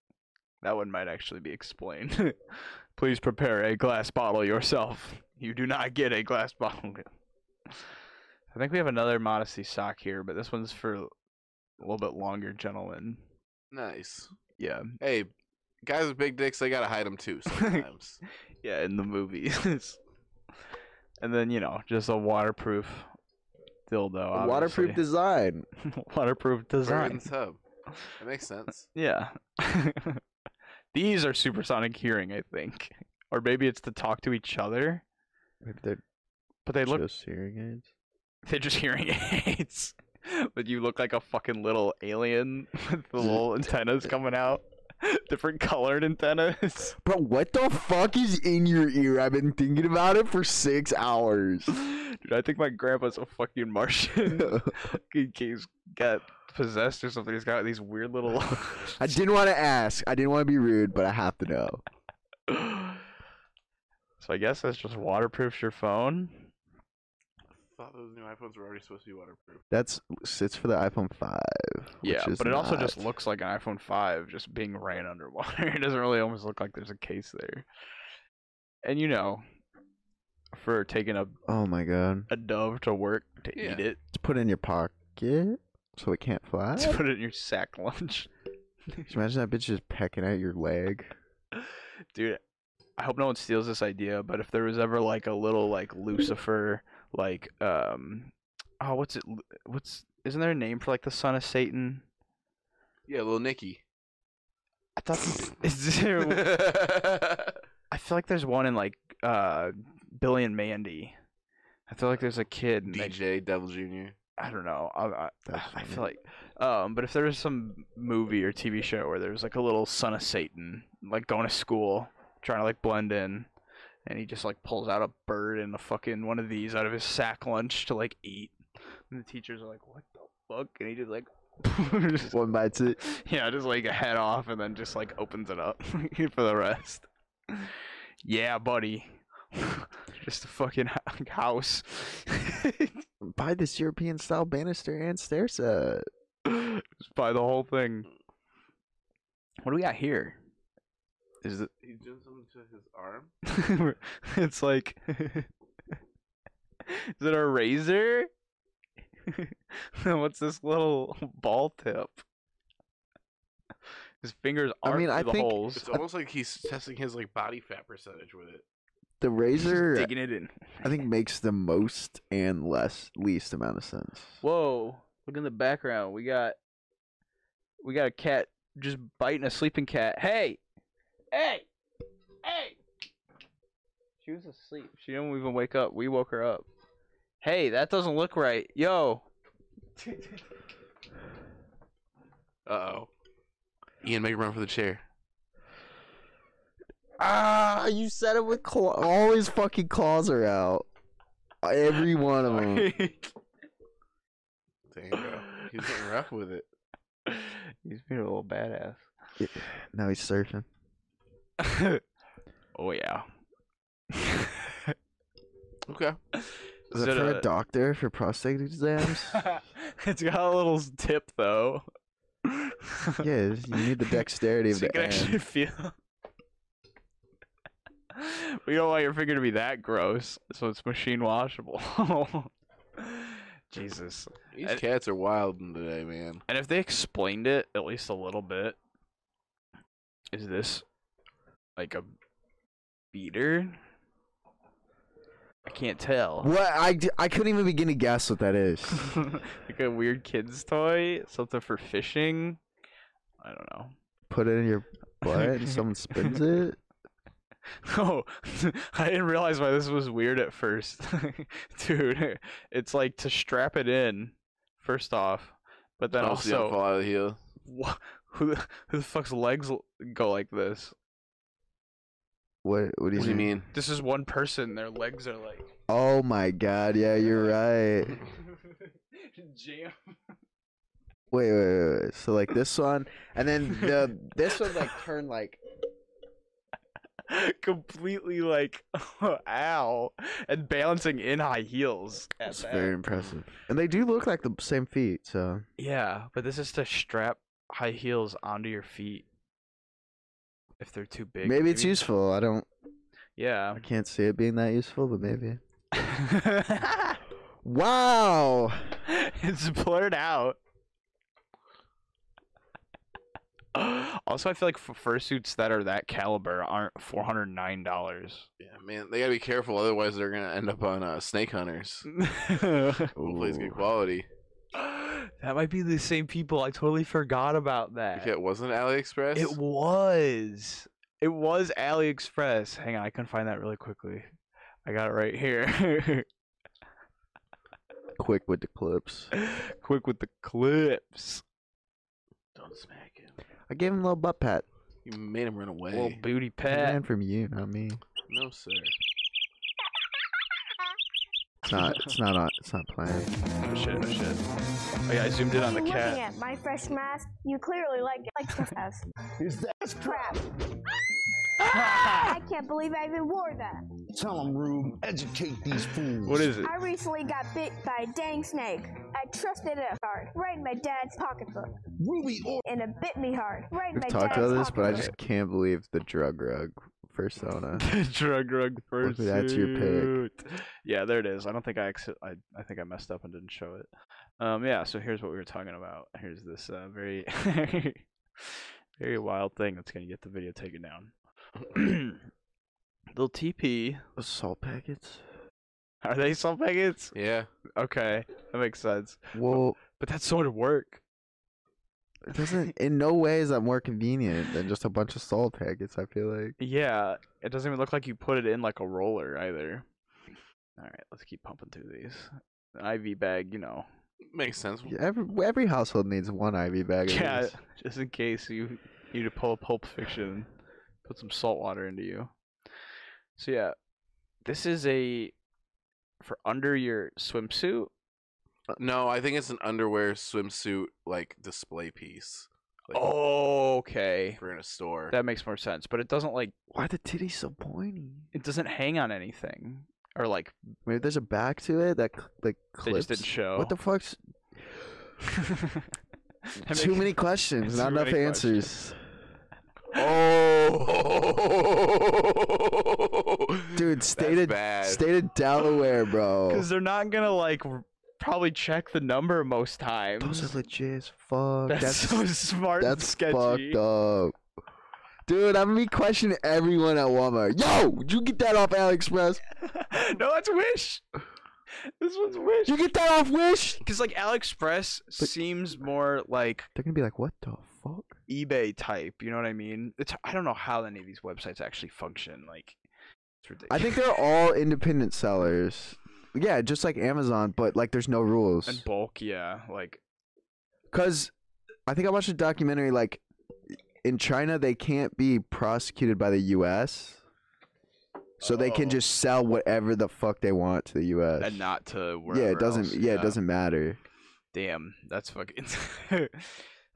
A: That one might actually be explained. Please prepare a glass bottle yourself. You do not get a glass bottle. I think we have another modesty sock here, but this one's for a little bit longer gentlemen.
D: Nice.
A: Yeah,
D: Hey, guys with big dicks, they gotta hide them too sometimes.
A: yeah, in the movies. and then you know, just a waterproof dildo.
C: A Waterproof
A: obviously.
C: design.
A: waterproof
D: Throw it in
A: design.
D: the tub. That makes sense.
A: Yeah. These are supersonic hearing, I think. Or maybe it's to talk to each other,
C: Maybe they're
A: but they look
C: just hearing aids.
A: they're just hearing aids. but you look like a fucking little alien with the little antennas coming out. different colored antennas.
C: Bro, what the fuck is in your ear? I've been thinking about it for six hours.
A: Dude, I think my grandpa's a fucking Martian. He- He's got possessed or something. He's got these weird little.
C: I didn't want to ask. I didn't want to be rude, but I have to know.
A: so I guess that's just waterproofs your phone.
D: thought those new iPhones were already supposed to be waterproof.
C: That's sits for the iPhone five.
A: Yeah,
C: which is
A: but it also
C: not-
A: just looks like an iPhone 5 just being ran underwater. It doesn't really almost look like there's a case there. And you know, for taking a,
C: Oh my god!
A: a dove to work to
D: Yeah.
A: eat it,
C: Just put it in your pocket so it can't fly.
A: to put it in your sack lunch.
C: Just imagine that bitch just pecking at your leg.
A: Dude, I hope no one steals this idea, but if there was ever like a little like Lucifer, like, um, oh, what's it? Lu- What's, isn't there a name for like the son of Satan?
D: Yeah, little Nicky.
A: I thought, is there, I feel like there's one in like uh Billy and Mandy. I feel like there's a kid. And they-
D: DJ Devil Jr.
A: I don't know. I, I,
C: That's
A: I feel
C: funny.
A: like, um, but if there was some movie or TV show where there was like a little son of Satan, like going to school, trying to like blend in, and he just like pulls out a bird and a fucking one of these out of his sack lunch to like eat, and the teachers are like, "What the fuck?" and he just like, just-
C: One bites it.
A: yeah, just like a head off and then just like opens it up for the rest. Yeah, buddy. just a fucking h- house.
C: Buy this European style banister and stair set.
A: just buy the whole thing. What do we got here? Is it?
D: He's doing something to his arm.
A: it's like. Is it a razor? What's this little ball tip? His fingers
C: I
A: aren't
C: mean,
A: through
C: I
A: the
C: think-
A: holes.
D: It's almost like he's testing his like body fat percentage with it.
C: The
A: Just
C: razor,
A: digging it in.
C: I think, makes the most and less least amount of sense.
A: Whoa! Look in the background. We got we got a cat just biting a sleeping cat. Hey, hey, hey! She was asleep. She didn't even wake up. We woke her up. Hey, that doesn't look right. Yo.
D: Uh oh. Ian, make a run for the chair.
C: Ah, you said it with claw. All his fucking claws are out. Every one of them.
A: Mm.
D: There you go. He's getting rough with it.
A: He's being a little badass.
C: Now he's surfing.
A: oh yeah.
D: Okay.
C: Is it for a doctor for prostate exams?
A: it's got a little tip though.
C: yeah, you need the dexterity of
A: so you
C: the
A: can actually
C: hand.
A: feel. we don't want your finger to be that gross, so it's machine washable. Jesus.
D: These
A: And-
D: cats are wild today, man.
A: And if they explained it at least a little bit, is this like a beater? I can't tell.
C: What I, d- I couldn't even begin to guess what that is.
A: like a weird kid's toy, something for fishing. I don't know.
C: Put it in your butt and someone spins it.
A: Oh, I didn't realize why this was weird at first. Dude, it's like to strap it in, first off, but then
D: Obviously, I'll
A: also,
D: fall out of the heel.
A: wha- who, the- who the fuck's legs l- go like this?
C: What what do you,
D: What do you mean?
A: This is one person, their legs are like
C: Oh my god, yeah, you're right.
A: jam.
C: Wait, wait, wait, wait. So like this one and then the this one like turn like
A: Completely like, ow, and balancing in high heels. at
C: It's
A: that.
C: very impressive. And they do look like the same feet, so
A: Yeah, but this is to strap high heels onto your feet if they're too big.
C: maybe it's useful. I don't
A: Yeah.
C: I can't see it being that useful, but maybe. Wow.
A: it's blurred out. Also, I feel like f- fursuits that are that caliber aren't four hundred nine dollars.
D: Yeah, man, they gotta be careful, otherwise they're gonna end up on uh, snake hunters. Hopefully, it's good
C: Ooh.
D: quality.
A: that might be the same people. I totally forgot about that.
D: If it wasn't AliExpress,
A: It was. It was AliExpress. Hang on, I can find that really quickly. I got it right here.
C: Quick with the clips.
A: Quick with the clips.
D: don't smack him.
C: I gave him a little butt pat.
D: You made him run away.
A: Well, booty
C: I
A: pat.
C: ran from you, not me.
D: no, sir.
C: It's not. It's not. on- It's not planned.
A: Oh shit! Oh shit! Oh yeah, I zoomed in on the
B: What are you looking
A: cat.
B: at? My fresh mask? You clearly like it. Like this mask.
E: Is that Ah!
B: Crap. Ah!
A: Ha!
B: I can't believe I even wore that.
E: Tell them, Rube. Educate these fools.
A: what is it?
B: I recently got bit by a dang snake. I trusted it hard, right in my dad's pocketbook,
E: Ruby or
B: and it bit me hard, right in
C: We've
B: my
C: talked
B: dad's
C: about this, but I
B: pocketbook.
C: just can't believe the drug rug persona.
A: drug rug
C: Look,
A: pursuit.
C: that's your
A: pick. Yeah, there it is. I don't think I ex- I I think I messed up and didn't show it. Um, yeah. So here's what we were talking about. Here's this uh, very very wild thing that's gonna get the video taken down. Little TP.
C: Assault packets.
A: Are they salt packets?
D: Yeah.
A: Okay, that makes sense.
C: Well,
A: But that's so much work.
C: it doesn't. In no way is that more convenient than just a bunch of salt packets. I feel like.
A: Yeah, it doesn't even look like you put it in like a roller either. All right, let's keep pumping through these. IV bag, you know.
D: Makes sense.
C: Yeah, Every every household needs one IV bag. Of
A: Yeah,
C: these.
A: just in case you need to pull a Pulp Fiction, put some salt water into you. So yeah, this is a for under your swimsuit.
D: No, I think it's an underwear swimsuit like display piece. Like,
A: Okay,
D: For in a store.
A: Oh. that makes more sense. But it doesn't like
C: Why are the titties so pointy?
A: it doesn't hang on anything or like
C: Maybe there's a back to it that cl- like
A: they
C: clips.
A: just didn't show.
C: What the fuck's
A: That makes-
C: too many questions,
A: Too
C: not enough
A: many
C: answers.
D: oh,
C: Dude, state
D: That's
C: of
D: bad.
C: state of Delaware, bro.
A: Because they're not gonna like r- probably check the number most times.
C: Those are legit as fuck.
A: that's,
C: That's
A: so smart. and
C: that's
A: sketchy.
C: fucked up. Dude, I'm gonna be questioning everyone at Walmart. Yo, did you get that off AliExpress?
A: no, that's Wish. This one's Wish.
C: You get that off Wish?
A: Because like AliExpress seems more like
C: They're gonna be like, what the fuck?
A: eBay type. You know what I mean? It's I don't know how any of these websites actually function. Like, it's
C: I
A: ridiculous.
C: think they're all independent sellers. Yeah, just like Amazon, but like there's no rules.
A: and bulk, yeah. Like,
C: Cause I think I watched a documentary like in China they can't be prosecuted by the US. So they can
D: Oh.
C: just sell whatever the fuck they want to the US.
A: and not to wherever.
C: yeah, it doesn't
A: else,
C: yeah, it doesn't matter.
A: Damn, that's fucking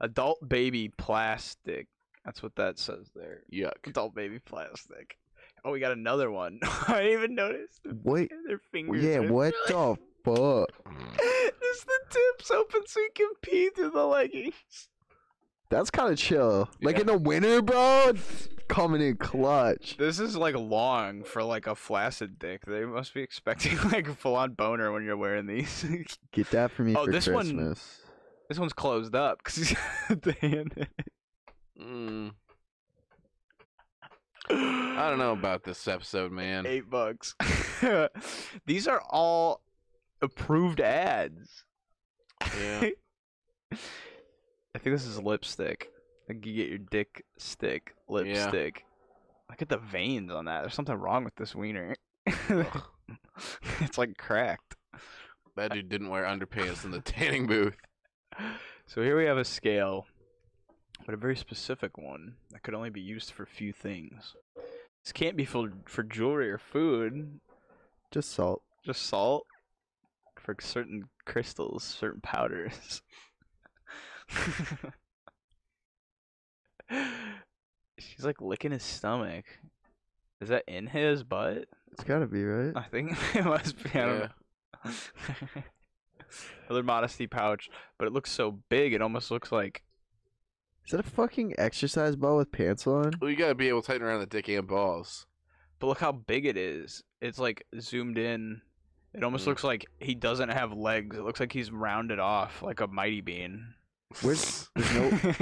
A: adult baby plastic. That's what that says there.
D: yuck.
A: Adult baby plastic. Oh, we got another one. I didn't even notice.
C: What
A: Their fingers.
C: yeah,
A: are-
C: what the fuck?
A: Just the tips open so you can pee through the leggings.
C: That's kinda chill. Like
D: Yeah.
C: in the winter, bro, it's coming in clutch.
A: This is like long for like a flaccid dick. They must be expecting like a full on boner when you're wearing these.
C: Get that for me
A: Oh,
C: for
A: this one-
C: Christmas.
A: this one's closed up because he's got the hand in it.
D: Mm, I don't know about this episode, man.
A: Eight bucks. these are all approved ads.
D: Yeah.
A: I think this is lipstick. Like you get your dick stick lipstick. Look at the veins on that. There's something wrong with this wiener. it's like cracked.
D: That dude didn't wear underpants in the tanning booth.
A: So here we have a scale, but a very specific one that could only be used for a few things. This can't be for for jewelry or food.
C: Just salt.
A: Just salt for certain crystals, certain powders. She's like licking his stomach. Is that in his butt?
C: It's gotta be, right?
A: I think it must be. I don't know. Another modesty pouch, but it looks so big. It almost looks like
C: Is that a fucking exercise ball with pants on?
D: Well, you gotta be able to tighten around the dick and balls.
A: But look how big it is. It's like zoomed in. It almost
D: Mm.
A: looks like he doesn't have legs. It looks like he's rounded off like a mighty bean.
C: Where's there's no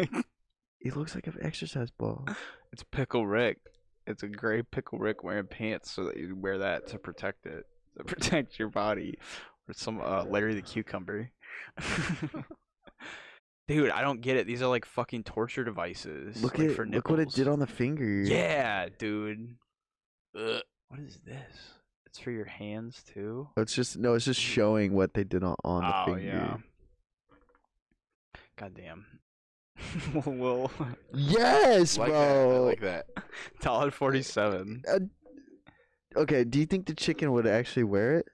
C: It looks like an exercise ball.
A: it's Pickle Rick. It's a gray Pickle Rick wearing pants so that you wear that to protect it, to protect your body. Or some uh, Larry the Cucumber. Dude, I don't get it. These are like fucking torture devices.
C: Look
A: like,
C: at
A: for
C: look what it
A: nipples.
C: did on the finger.
A: Yeah, dude.
D: Ugh.
A: What is this? It's for your hands too.
C: It's just no, it's just showing what they did on, on the
A: oh
C: finger.
A: yeah. Oh, Goddamn. Will
C: Yes,
D: like that. I
C: bro.
D: like that.
A: Todd forty seven.
C: okay, do you think the chicken would actually wear it?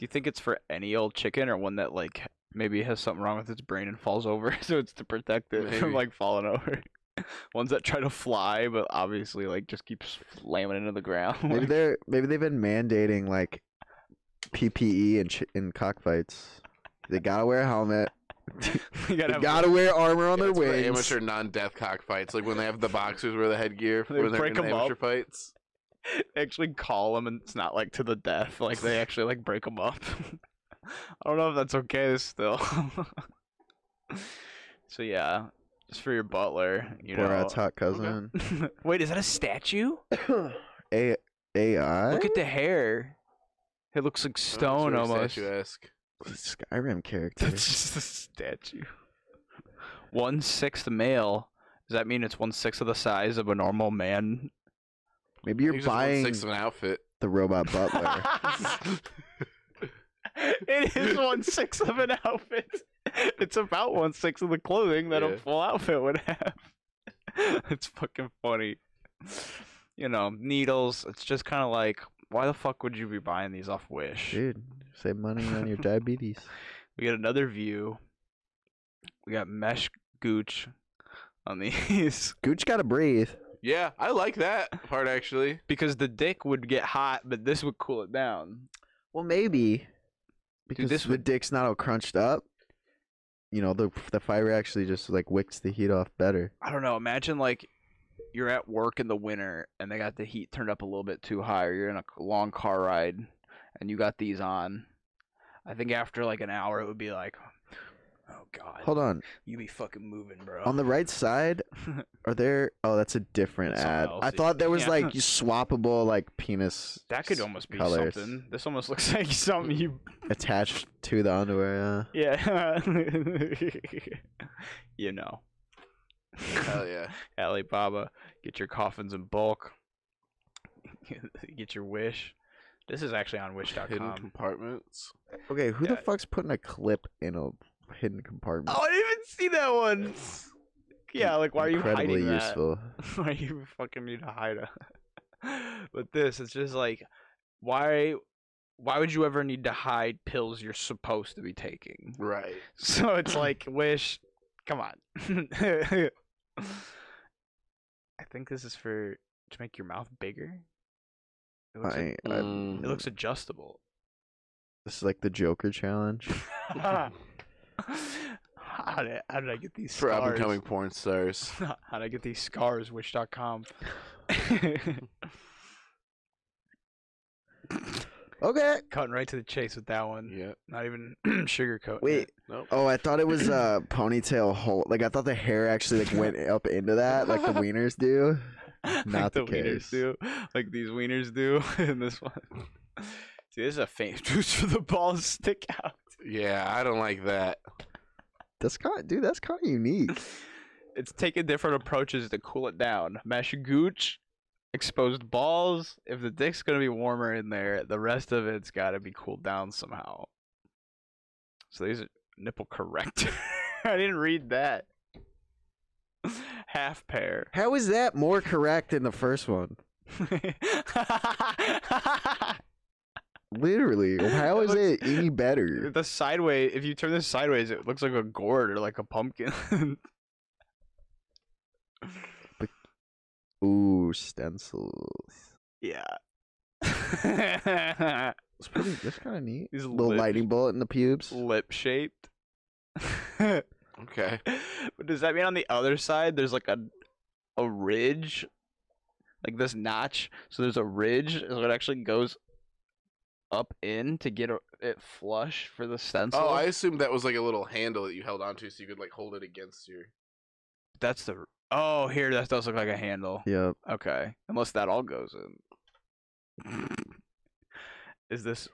A: Do you think it's for any old chicken or one that like maybe has something wrong with its brain and falls over, so it's to protect it from
D: Maybe.
A: like falling over? Ones that try to fly but obviously like just keep slamming into the ground.
C: Maybe
A: like-
C: they're maybe they've been mandating like E PPE in ch- in cockfights. They gotta wear a helmet.
A: you
C: They
A: gotta have-
C: gotta wear armor on
D: Yeah,
C: their
D: it's for
C: wings.
D: Amateur non-death cockfights, like when they have the boxers wear the headgear
A: They
D: when they're
A: break
D: in the
A: 'em up.
D: amateur fights.
A: actually call them and it's not like to the death like they actually like break them up i don't know if that's okay still so yeah just for your butler you know
C: Borat's hot cousin.
A: wait is that a statue
C: A- AI.
A: look at the hair it looks like
D: Oh,
A: stone
D: it's very
A: almost
D: statuesque.
C: Skyrim character.
A: that's just a statue one sixth male does that mean it's one sixth of the size of a normal man
C: Maybe you're
D: He's just one
C: buying
D: sixth of an outfit.
C: the robot butler.
A: it is one sixth of an outfit. It's about one sixth of the clothing that
D: Yeah.
A: a full outfit would have. It's fucking funny. You know, needles. It's just kind of like, why the fuck would you be buying these off Wish?
C: Dude, save money on your diabetes.
A: We got another view. We got mesh gooch on these
C: Gooch gotta breathe.
D: Yeah, I like that part actually.
A: because the dick would get hot, but this would cool it down.
C: Well, maybe because
A: this
C: the
A: would-
C: dick's not all crunched up. You know, the the fiber actually just like wicks the heat off better.
A: I don't know. Imagine like you're at work in the winter and they got the heat turned up a little bit too high, or you're in a c- long car ride and you got these on. I think after like an hour, it would be like, oh god,
C: Hold on,
A: you be fucking moving, bro.
C: on the right side, are there? Oh, that's a different
A: That's something
C: ad.
A: else,
C: I
A: dude.
C: thought there was
A: Yeah.
C: like swappable like penis
A: that could
C: s-
A: almost be
C: colors.
A: something. This almost looks like something you.
C: attached to the underwear. Yeah.
A: Yeah. you know.
D: Hell yeah.
A: Alibaba, get your coffins in bulk. get your wish. This is actually on
D: Hidden
A: wish.com.
D: compartments.
C: Okay, who the
A: Yeah.
C: fuck's putting a clip in a hidden compartment?
A: Oh, I didn't even see that one. Yeah, like why are you
C: Incredibly
A: hiding
C: useful.
A: that? Why you fucking need to hide it? but this, it's just like, why, why would you ever need to hide pills you're supposed to be taking?
D: Right.
A: So it's like, wish, come on. I think this is for to make your mouth bigger. It looks,
C: I, I,
D: Mm.
A: it looks adjustable.
C: this is like the Joker challenge.
A: how did how did I get these
D: For up and
A: stars?
D: coming porn stars.
A: How'd I get these scars? Wish.com.
C: Okay.
A: Cutting right to the chase with that one.
D: Yeah.
A: Not even sugarcoat.
C: Wait.
D: Nope.
C: Oh, I thought it was a ponytail hole. Like I thought the hair actually like went up into that, like the wieners do.
A: like
C: not
A: the,
C: the
A: wieners
C: case.
A: do. Like these wieners do in this one. See, this is a faint juice for the balls to stick out.
D: Yeah, I don't like that.
C: That's kind, dude. That's kind of unique.
A: It's taking different approaches to cool it down. Mash gooch, exposed balls. If the dick's gonna be warmer in there, the rest of it's gotta be cooled down somehow. So these are nipple correct. I didn't read that. Half pair.
C: How is that more correct than the first one? Literally, how
A: It
C: is it any better?
A: the sideways if you turn this sideways it looks like a gourd or like a pumpkin
C: Ooh, stencils.
A: yeah
C: It's pretty. That's kind of neat.
A: These
C: Little
A: lip-
C: lightning bullet in the pubes.
A: lip shaped but
D: Okay.
A: does that mean on the other side there's like a a ridge like this notch so there's a ridge so it actually goes up in to get a, it flush for the stencil
D: Oh, I assumed that was like a little handle that you held onto so you could like hold it against your
A: that's the oh here that does look like a handle
C: Yep.
A: Okay. Unless that all goes in. Is this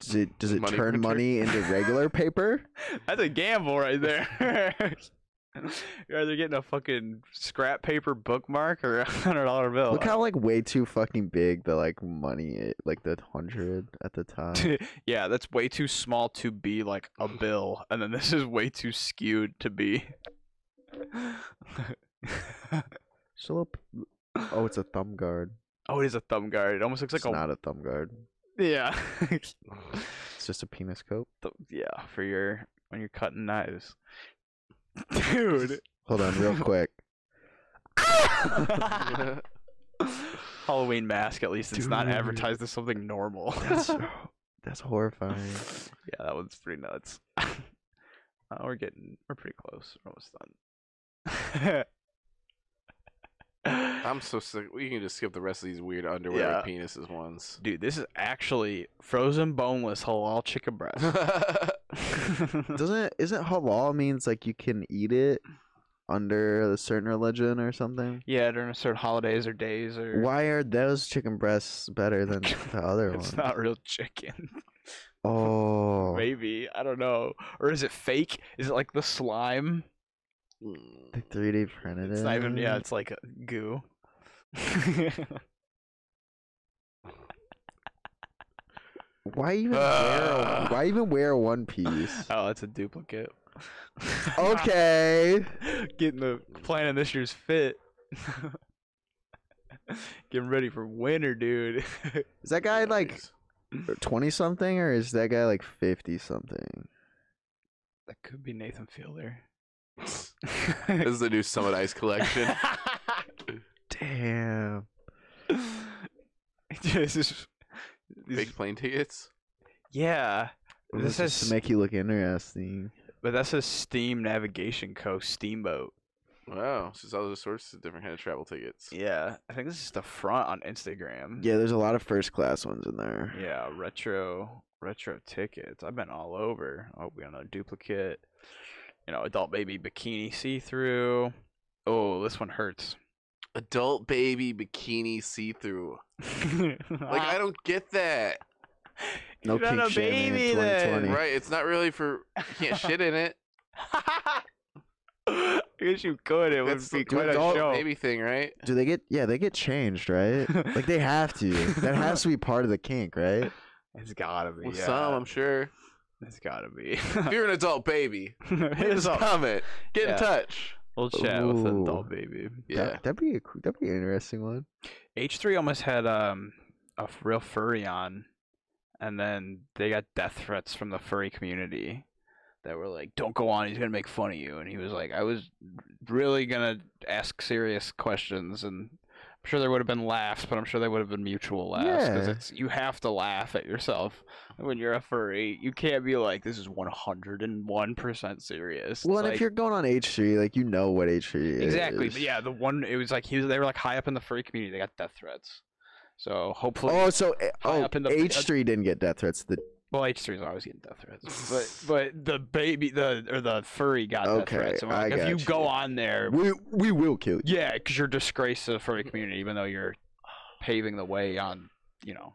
C: Does it does it
D: Money
C: turn
D: printer.
C: money into regular paper?
A: That's a gamble right there. You're either getting a fucking scrap paper bookmark or a hundred dollar bill.
C: Look how like way too fucking big the like money i- like the hundred at the top.
A: yeah, that's way too small to be like a bill, and then this is way too skewed to be
C: Slope. Oh, it's a thumb guard.
A: oh, it is a thumb guard. It almost looks
C: It's,
A: like a
C: not a thumb guard.
A: yeah,
C: It's just a penis coat.
A: Th- yeah for your when you're cutting knives, dude.
C: Hold on, real quick.
A: Halloween mask. At least it's not
C: Dude.
A: advertised as something normal.
C: That's that's horrifying.
A: yeah, that one's pretty nuts. uh, we're getting, we're pretty close. We're almost done.
D: I'm so sick. We can just skip the rest of these weird underwear
A: Yeah.
D: penises ones.
A: Dude, this is actually frozen boneless halal chicken
D: Hmm.
A: breast.
C: Doesn't isn't halal means like you can eat it under a certain religion or something?
A: yeah, during certain holidays or days or.
C: Why are those chicken breasts better than the other
A: It's
C: ones?
A: not real chicken.
C: Oh,
A: Maybe I don't know. Or is it fake? Is it like the slime?
C: they 3D printed
A: It's
C: it.
A: not even. Yeah, it's like a goo.
C: Why even wear?
D: Ah.
C: A, why even wear a one piece?
A: oh, that's a duplicate.
C: Okay.
A: Getting the planning this year's fit. Getting ready for winter, dude.
C: Is that guy like twenty something or is that guy like fifty something?
A: that could be Nathan Fielder.
D: This is the new Summit Ice collection.
C: Damn.
A: this is, this
D: Big
A: is-
D: plane tickets.
A: yeah,
C: It
A: This
C: was just
A: is-
C: to make you look interesting.
A: but that's a Steam Navigation Co. Steamboat.
D: Wow. So there's all sorts of different kind of travel tickets.
A: Yeah, I think this is the front on Instagram.
C: Yeah, there's a lot of first class ones in there.
A: Yeah, retro retro tickets. I've been all over. Oh, we got a duplicate. You know, adult baby bikini see through. Oh, this one hurts.
D: Adult baby bikini see through.
A: like
D: Like I don't get that.
C: No
A: You're not
C: pink
A: Ah, a
C: shaming in
A: baby then.
C: 2020.
D: Right? It's not really for. You can't shit in it.
A: I guess you could. It would
D: That's
A: be
D: the
A: quite a
D: adult
A: show.
D: baby thing, right?
C: Do they get? Yeah, they get changed, right? like they have to. That has to be part of the kink, right?
A: It's gotta be.
D: Well,
A: yeah.
D: Some, I'm sure.
A: It's gotta be.
D: If you're an adult baby,
A: Here's a-
D: comment. Get
A: Yeah.
D: in touch.
A: We'll chat with an
C: Ooh.
A: adult baby.
D: Yeah.
C: That, that'd be a, coo- that'd be an interesting one.
A: H three almost had um a f- real furry on, and then they got death threats from the furry community that were like, "Don't go on. He's gonna make fun of you." And he was like, "I was really gonna ask serious questions, and I'm sure there would have been laughs, but I'm sure they would have been mutual laughs because
C: Yeah.
A: it's you have to laugh at yourself when you're a furry. You can't be like, "This is 101 percent serious."
C: Well,
A: It's
C: and
A: like-
C: if you're going on H three, like you know what H three is.
A: Exactly. But yeah, the one it was like he was they were like high up in the furry community. They got death threats. So hopefully,
C: Oh, so eh,
A: High
C: oh,
A: up in the-
C: H three didn't get death threats. The
A: well, H three is always getting death threats, but but the baby the or the furry got
C: Okay,
A: death threats. So
C: I
A: like, if
C: got
A: you,
C: you.
A: go on there,
C: we we will kill you.
A: yeah, because you're a disgrace to the furry
C: Mm.
A: community, even though you're paving the way on you know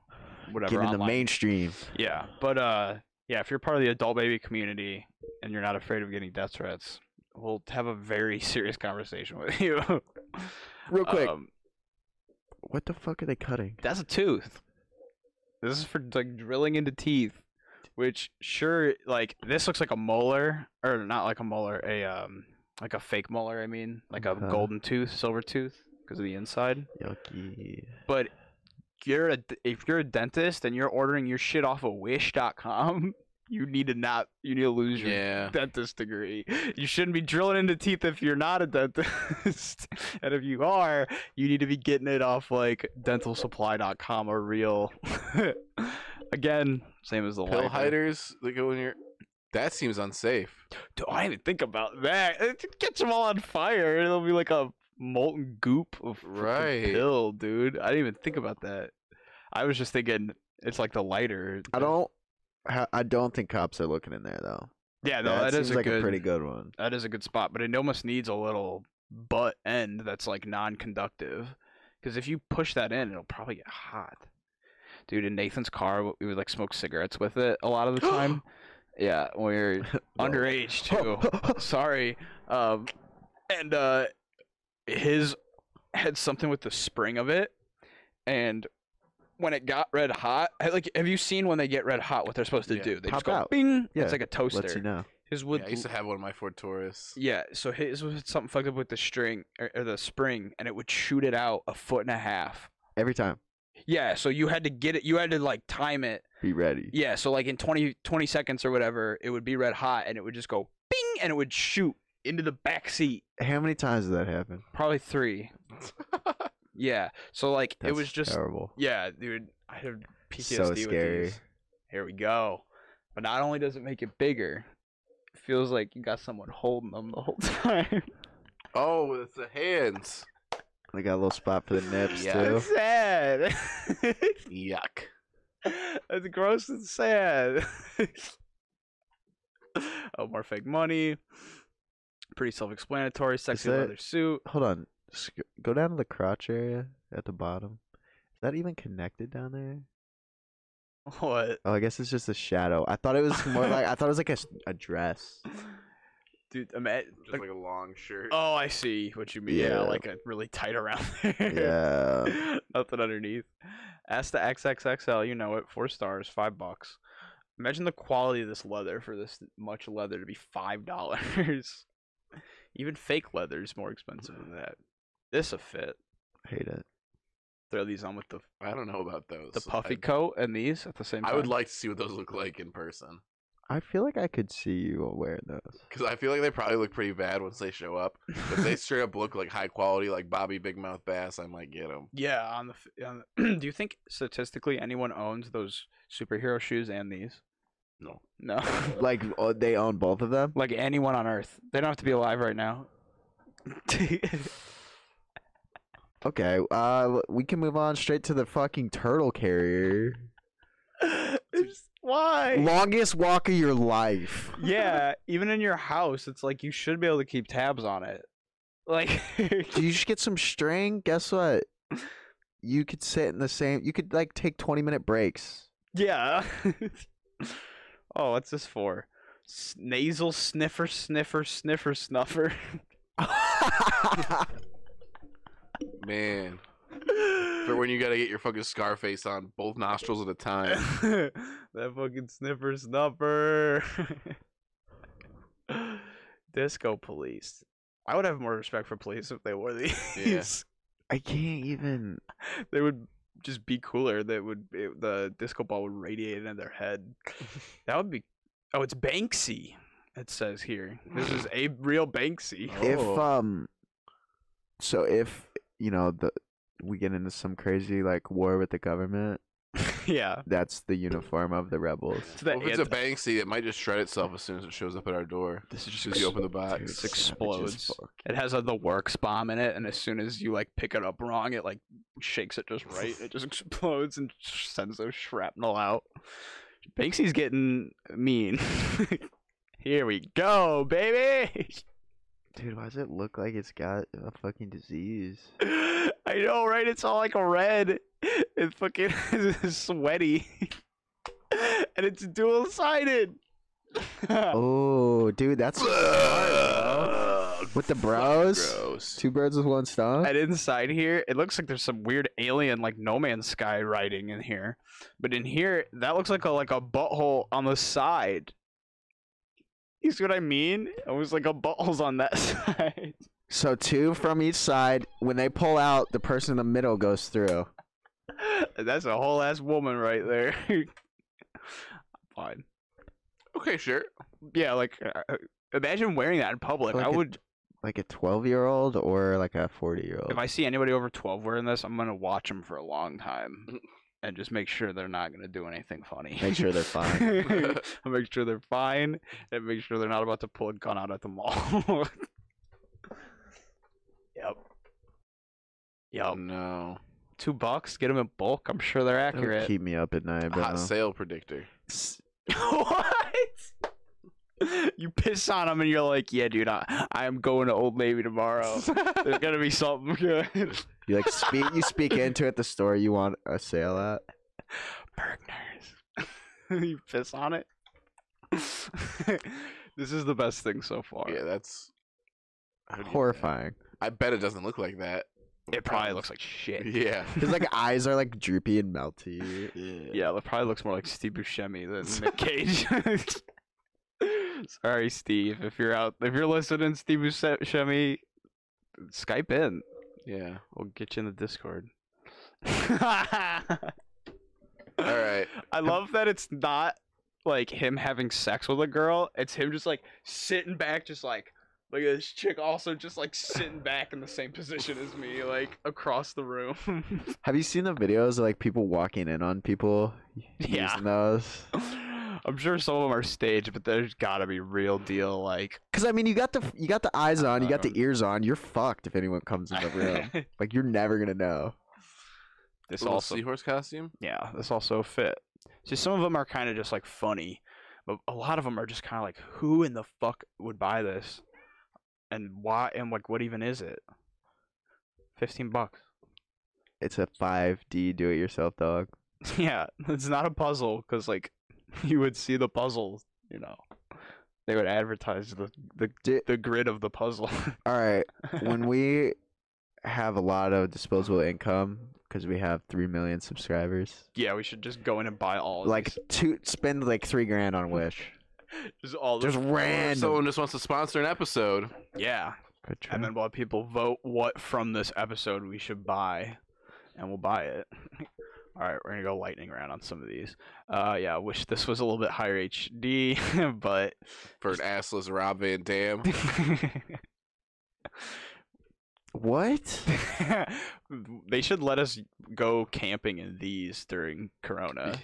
A: whatever
C: Get in the
A: online.
C: mainstream.
A: Yeah, but uh, yeah, if you're part of the adult baby community and you're not afraid of getting death threats, we'll have a very serious conversation with you.
C: Real quick,
A: Um,
C: what the fuck are they cutting?
A: That's a tooth. This is for like drilling into teeth, which sure like this looks like a molar or not like a molar, a um like a fake molar. I mean, like a
C: Okay.
A: golden tooth, silver tooth because of the inside.
C: Yucky.
A: But you're a if you're a dentist and you're ordering your shit off of Wish.com, you need to not you need to lose your
D: Yeah.
A: dentist degree. You shouldn't be drilling into teeth if you're not a dentist. and if you are, you need to be getting it off like dentalsupply.com or real. Again, same as the
D: Pill
A: lighter.
D: hiders that go in your. That seems unsafe.
A: Dude, I didn't even think about that. It gets them all on fire. It'll be like a molten goop of fucking
D: Right.
A: pill, dude. I didn't even think about that. I was just thinking it's like the lighter.
C: I don't. ha- I don't think cops are looking in there though.
A: Yeah, no,
C: that
A: that
C: seems
A: is a
C: like
A: good,
C: a pretty good one.
A: That is a good spot, but it almost needs a little butt end that's like non-conductive, because if you push that in, it'll probably get hot. Dude, in Nathan's car, we would like smoke cigarettes with it a lot of the time. yeah, when we were
C: Whoa.
A: underage too. Sorry, um, and uh, his had something with the spring of it, and when it got red hot, I- like have you seen when they get red hot? What they're supposed to
D: Yeah.
A: do? They
C: Pop
A: just go
C: out.
A: bing.
C: Yeah,
A: It's like a toaster
C: Let you know.
A: His would
D: yeah, I used to have one of my Ford Taurus.
A: Yeah, so his was something fucked up with the string or, or the spring, and it would shoot it out a foot and a half.
C: Every time.
A: Yeah, so you had to get it. You had to like time it.
C: Be ready.
A: Yeah, so like in 20, 20 seconds or whatever, it would be red hot, and it would just go bing, and it would shoot into the back seat.
C: How many times did that happen?
A: Probably three. yeah, so like
C: That's
A: it was just
C: terrible.
A: yeah, dude. I had PTSD
C: So
A: with
C: scary.
A: these. Here we go. But not only does it make it bigger, it feels like you got someone holding them the whole time.
D: Oh, it's the hands.
C: They got a little spot for the nips
D: Yeah.
C: too.
A: That's sad.
D: Yuck.
A: That's gross and sad. oh, more fake money. Pretty self-explanatory. Sexy
C: that-
A: leather suit.
C: Hold on. Sc- Go down to the crotch area at the bottom. Is that even connected down there?
A: What?
C: Oh, I guess it's just a shadow. I thought it was more like I thought it was like a, s- a dress.
A: Dude, I'm at,
D: Just like a long shirt.
A: oh, I see what you mean. Yeah,
C: Yeah.
A: like a really tight around there.
C: Yeah.
A: Nothing underneath. Ask the XXXL. You know it. Four stars, five bucks. Imagine the quality of this leather for this much leather to be five dollars. Even fake leather is more expensive than that. This a fit.
C: Hate it.
A: throw these on with the
D: I don't know about those.
A: the puffy
D: I,
A: coat and these at the same time.
D: I would like to see what those look like in person
C: I feel like I could see you wearing those.
D: because I feel like they probably look pretty bad once they show up. If they straight up look like high quality, like Bobby Big Mouth Bass, I might get them.
A: yeah, on the. f- On the do you think statistically anyone owns those superhero shoes and these?
D: No.
A: No.
C: Like oh, they own both of them.
A: like anyone on Earth, they don't have to be alive right now.
C: Okay. Uh, l- we can move on straight to the fucking turtle carrier.
A: It's- why?
C: Longest walk of your life.
A: Yeah, even in your house, it's like you should be able to keep tabs on it. Like,
C: Do you just get some string? Guess what? You could sit in the same. You could like take twenty minute breaks.
A: yeah. oh, what's this for? S- nasal sniffer, sniffer, sniffer, snuffer.
D: Man, for when you gotta get your fucking Scarface on both nostrils at a time.
A: that fucking sniffer snuffer. Disco police. I would have more respect for police if they wore these.
C: I can't even.
A: They would just be cooler. That would it, the disco ball would radiate into their head. That would be. Oh, it's Banksy. It says here. This is a real Banksy.
D: Oh.
C: If um, so if you know the we get into some crazy like war with the government,
A: yeah.
C: that's the uniform of the rebels.
A: So that
D: Well, if it's a
A: ant-
D: Banksy, it might just shred itself as soon as it shows up at our door.
A: this is
D: As
A: just
D: soon as you open the
C: Dude,
D: box.
A: It's
C: savage as
A: explodes.
C: fuck.
A: It has uh, the works bomb in it, and as soon as you like pick it up wrong, it like shakes it just right. It just explodes and sends those shrapnel out. Banksy's getting mean. Here we go, baby.
C: Dude, why does it look like it's got a fucking disease?
A: I know, right? It's all like red and fucking sweaty, and it's dual sided.
C: Oh, dude, that's with the bros.
D: Gross.
C: Two birds with one stone.
A: And inside here, it looks like there's some weird alien like No Man's Sky writing in here. But in here, that looks like a like a butthole on the side. You see what I mean? It was like a butthole's on that side.
C: So two from each side. When they pull out, the person in the middle goes through.
A: That's a whole ass woman right there. Fine.
D: Okay, sure.
A: Yeah, like uh, imagine wearing that in public.
C: Like
A: I
C: a-
A: would
C: Like a twelve-year-old or like a forty-year-old.
A: if I see anybody over 12 wearing this, I'm gonna watch them for a long time and just make sure they're not gonna do anything funny.
C: Mm. Make sure they're fine.
A: I make sure they're fine and make sure they're not about to pull a gun out at the mall. yep.
D: Oh
C: Oh.
A: Yep.
D: no.
A: Two bucks, get them in bulk. I'm sure they're
C: That would
A: accurate.
C: keep me up at night, bro.
D: Hot sale predictor.
A: what? You piss on them and you're like, yeah, dude, I, I'm going to Old Navy tomorrow. There's gonna be something good.
C: You like speak. You speak into it. The store you want a sale at.
A: Bergners. you piss on it. this is the best thing so far.
D: yeah, that's. how do you-
C: Horrifying.
D: I bet it doesn't look like that.
A: It probably looks like shit.
D: Yeah.
C: His like eyes are like droopy and melty.
D: Yeah.
A: Yeah, that probably looks more like Steve Buscemi than Nick Cage. Sorry, Steve. If you're out, if you're listening, Steve Buscemi, Skype in.
D: Yeah.
A: We'll get you in the Discord. I
D: All right.
A: love that it's not like him having sex with a girl. It's him just like sitting back, just like like this chick also just like sitting back in the same position as me, like across the room.
C: Have you seen the videos of like people walking in on people
A: Yeah.
C: using those?
A: I'm sure some of them are staged, but there's gotta be real deal like
C: Because I mean, you got the you got the eyes on, you got the
A: Um,
C: ears on. You're fucked if anyone comes in the room. like you're never gonna know.
A: this
D: Little
A: also
D: seahorse costume.
A: yeah, this also fit. See, some of them are kind of just like funny, but a lot of them are just kind of like, who in the fuck would buy this, and why, and like, what even is it? Fifteen bucks.
C: It's a 5D do-it-yourself dog.
A: yeah, it's not a puzzle because like, you would see the puzzle, you know. They would advertise the the
C: Di-
A: the grid of the puzzle.
C: All right, when we have a lot of disposable income because we have three million subscribers,
A: yeah, we should just go in and buy all of
C: like
A: these.
C: two spend like three grand on Wish.
A: just all
C: Just
A: this-
D: If
C: random.
D: someone just wants to sponsor an episode.
A: yeah,
C: Good
A: and
C: job.
A: then we'll have people vote what from this episode we should buy, and we'll buy it. All right, we're gonna go lightning round on some of these. Uh, yeah, I wish this was a little bit higher HD, but
D: for an assless Rob Van Dam.
C: what?
A: they should let us go camping in these during
D: Uh,
A: Corona.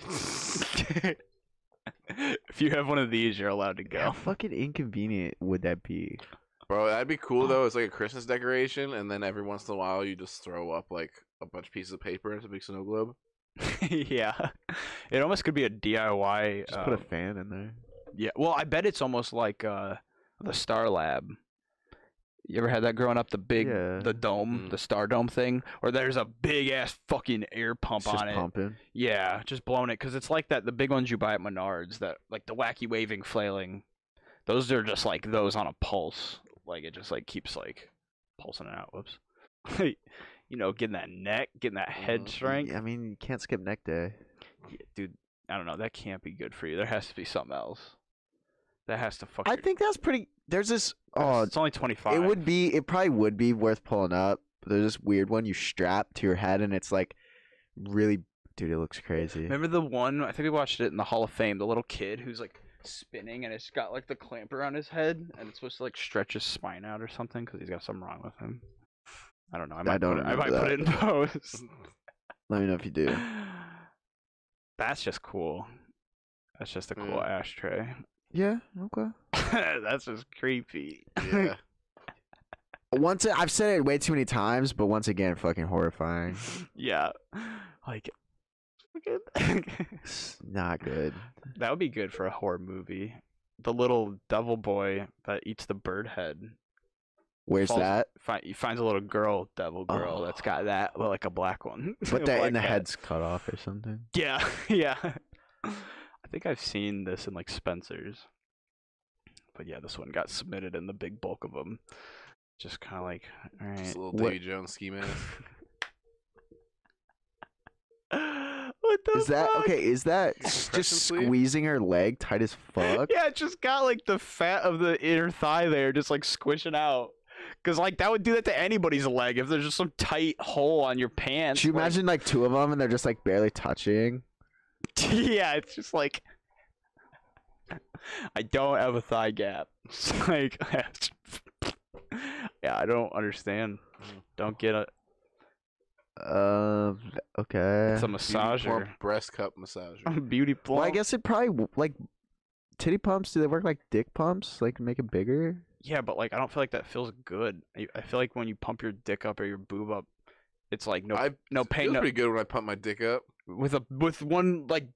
A: if you have one of these, you're allowed to
C: How
A: go.
C: fucking inconvenient would that be?
D: Bro, that'd be cool though. It's like a Christmas decoration, and then every once in a while you just throw up like a bunch of pieces of paper into a big snow globe.
A: yeah, it almost could be a DIY.
C: Just put a
A: um,
C: fan in there.
A: Yeah. Well, I bet it's almost like uh the Star Lab. You ever had that growing up? The big,
C: Yeah.
A: the dome,
D: Mhm.
A: the Star Dome thing, or there's a big ass fucking air pump
C: It's just
A: on it.
C: pumping.
A: Yeah, just blowing it because it's like that. The big ones you buy at Menards, that like the wacky waving flailing, those are just like those on a pulse. Like it just like keeps like pulsing it out. Whoops. you know, getting that neck, getting that head
C: Mm,
D: Mhm.
A: strength.
C: I mean, you can't skip neck day.
A: Yeah, dude, I don't know. That can't be good for you. There has to be something else. That has to fuck.
C: I
A: your-
C: think that's pretty. There's this.
A: It's-
C: Oh,
A: it's only twenty five.
C: it would be. It probably would be worth pulling up. There's this weird one you strap to your head, and it's like really. Dude, it looks crazy.
A: Remember the one? I think we watched it in the Hall of Fame. The little kid who's like spinning, and it's got like the clamp around his head, and it's supposed to like stretch his spine out or something because he's got something wrong with him. I don't know. I might.
C: don't
A: put, I might
C: remember
A: put it in post.
C: Let me know if you do.
A: That's just cool. That's just a cool
D: Mm.
A: ashtray.
C: Yeah. Okay.
A: That's just creepy.
D: Yeah.
C: Once a- I've said it way too many times, but once again, fucking horrifying.
A: yeah. Like. fucking-
C: It's not good.
A: That would be good for a horror movie. The little devil boy that eats the bird head.
C: Where's
A: Falls-
C: that?
A: Find, he finds a little girl, devil girl, that's got that, but like a black one.
C: Oh. But that
A: Black
C: and the
A: hat.
C: head's cut off or something.
A: Yeah, yeah. I think I've seen this in like Spencer's. But yeah, this one got submitted in the big bulk of them. Just kind of like, all right.
D: Just a little
C: What-
D: Davy Jones ski mask.
A: what the
C: Is that
A: fuck?
C: okay? Is that
D: Compression
C: just
D: sleeve?
C: squeezing her leg tight as fuck?
A: Yeah, it just got like the fat of the inner thigh there, just like squishing out. Cause like that would do that to anybody's leg if there's just some tight hole on your pants.
C: Could you
A: like-
C: imagine like two of them and they're just like barely touching?
A: yeah, it's just like I don't have a thigh gap. It's like yeah, I don't understand. Don't get it.
C: Um. okay.
A: It's a
D: Beauty
A: massager,
D: plump breast cup massager.
A: beauty plump.
C: Well, I guess it probably w- like titty pumps. Do they work like dick pumps? Like make it bigger?
A: Yeah, but like I don't feel like that feels good. I, I feel like when you pump your dick up or your boob up, it's like no
D: I
A: no
D: feel
A: pain, no
D: pretty good when I pump my dick up.
A: with a with one like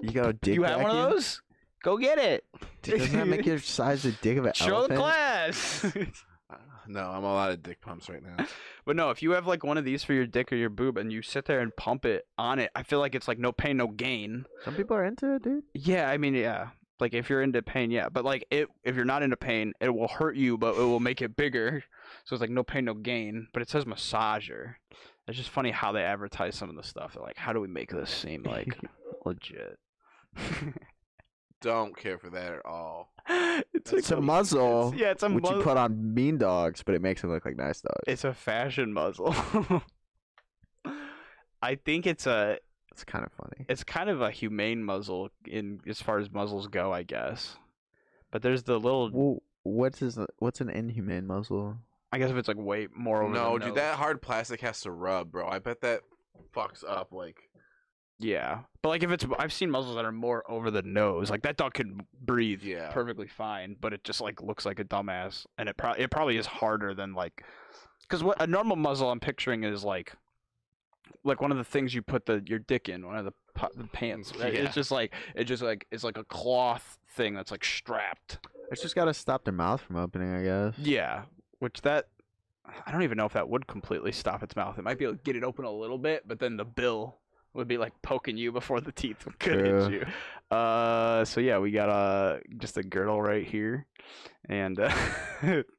C: You got a dick.
A: you have one of
C: vacuum?
A: those go get it
C: Dude, doesn't that make your size the dick of an
A: show
C: elephant?
A: the class
D: Uh, No, I'm all out of dick pumps right now.
A: but no if you have like one of these for your dick or your boob and you sit there and pump it on it i feel like it's like no pain no gain
C: Some people are into it, dude.
A: yeah i mean yeah like if you're into pain yeah but like it if you're not into pain it will hurt you but it will make it bigger so it's like no pain no gain but it says massager it's just funny how they advertise some of the stuff They're like how do we make this seem like legit
D: Don't care for that at all.
A: it's like
C: It's a
A: a-
C: muzzle,
A: it's- yeah, it's a
C: which you
A: muzzle.
C: put on mean dogs, but it makes them look like nice dogs.
A: It's a fashion muzzle. I think it's a
C: It's kind of funny.
A: it's kind of a humane muzzle in as far as muzzles go, I guess. But there's the little
C: Well, what's is what's an inhumane muzzle?
A: I guess if it's like way more over
D: No,
A: the
D: dude,
A: nose.
D: that hard plastic has to rub, bro. I bet that fucks up. Like,
A: Yeah, but like if it's, I've seen muzzles that are more over the nose. Like that dog can breathe
D: Yeah.
A: perfectly fine, but it just like looks like a dumbass, and it probably it probably is harder than like, because what a normal muzzle I'm picturing is like, like one of the things you put the your dick in, one of the, po- the pants. Right?
D: Yeah.
A: It's just like it just like it's like a cloth thing that's like strapped.
C: It's just gotta stop their mouth from opening, I guess.
A: Yeah, which that I don't even know if that would completely stop its mouth. It might be able to get it open a little bit, but then the bill would be like poking you before the teeth could hit
C: True.
A: you. Uh, so yeah, we got uh just a girdle right here, and uh,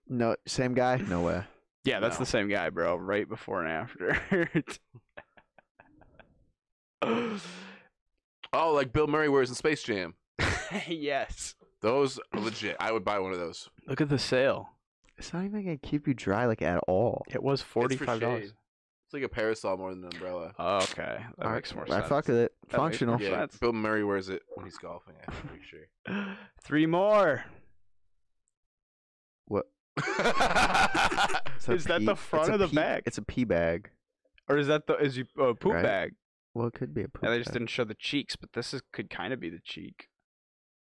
C: No, same guy. No way.
A: yeah, that's
D: No.
A: the same guy, bro. Right before and after.
D: oh, like Bill Murray wears in Space Jam.
A: yes.
D: Those are legit. I would buy one of those.
A: Look at the sale.
C: It's not even gonna keep you dry like at all.
A: It was
D: It's
A: forty
D: for
A: five dollars.
D: shade. It's like a parasol more than an umbrella.
A: Oh, Okay, that
C: All right,
A: makes more
C: I
A: sense.
C: fuck with it.
A: That makes more
C: Functional.
D: yeah,
A: sense.
D: Bill Murray wears it when he's golfing. I'm pretty sure.
A: Three more.
C: It's a
A: Is that the
C: pee- it's
A: front
C: a
A: or the
C: pee-
A: back?
C: It's a pee bag.
A: Or is that the is you uh, poop
C: Right?
A: bag?
C: Well, it could be a poop.
A: And they just
C: bag.
A: didn't show the cheeks, but this is could kind of be the cheek.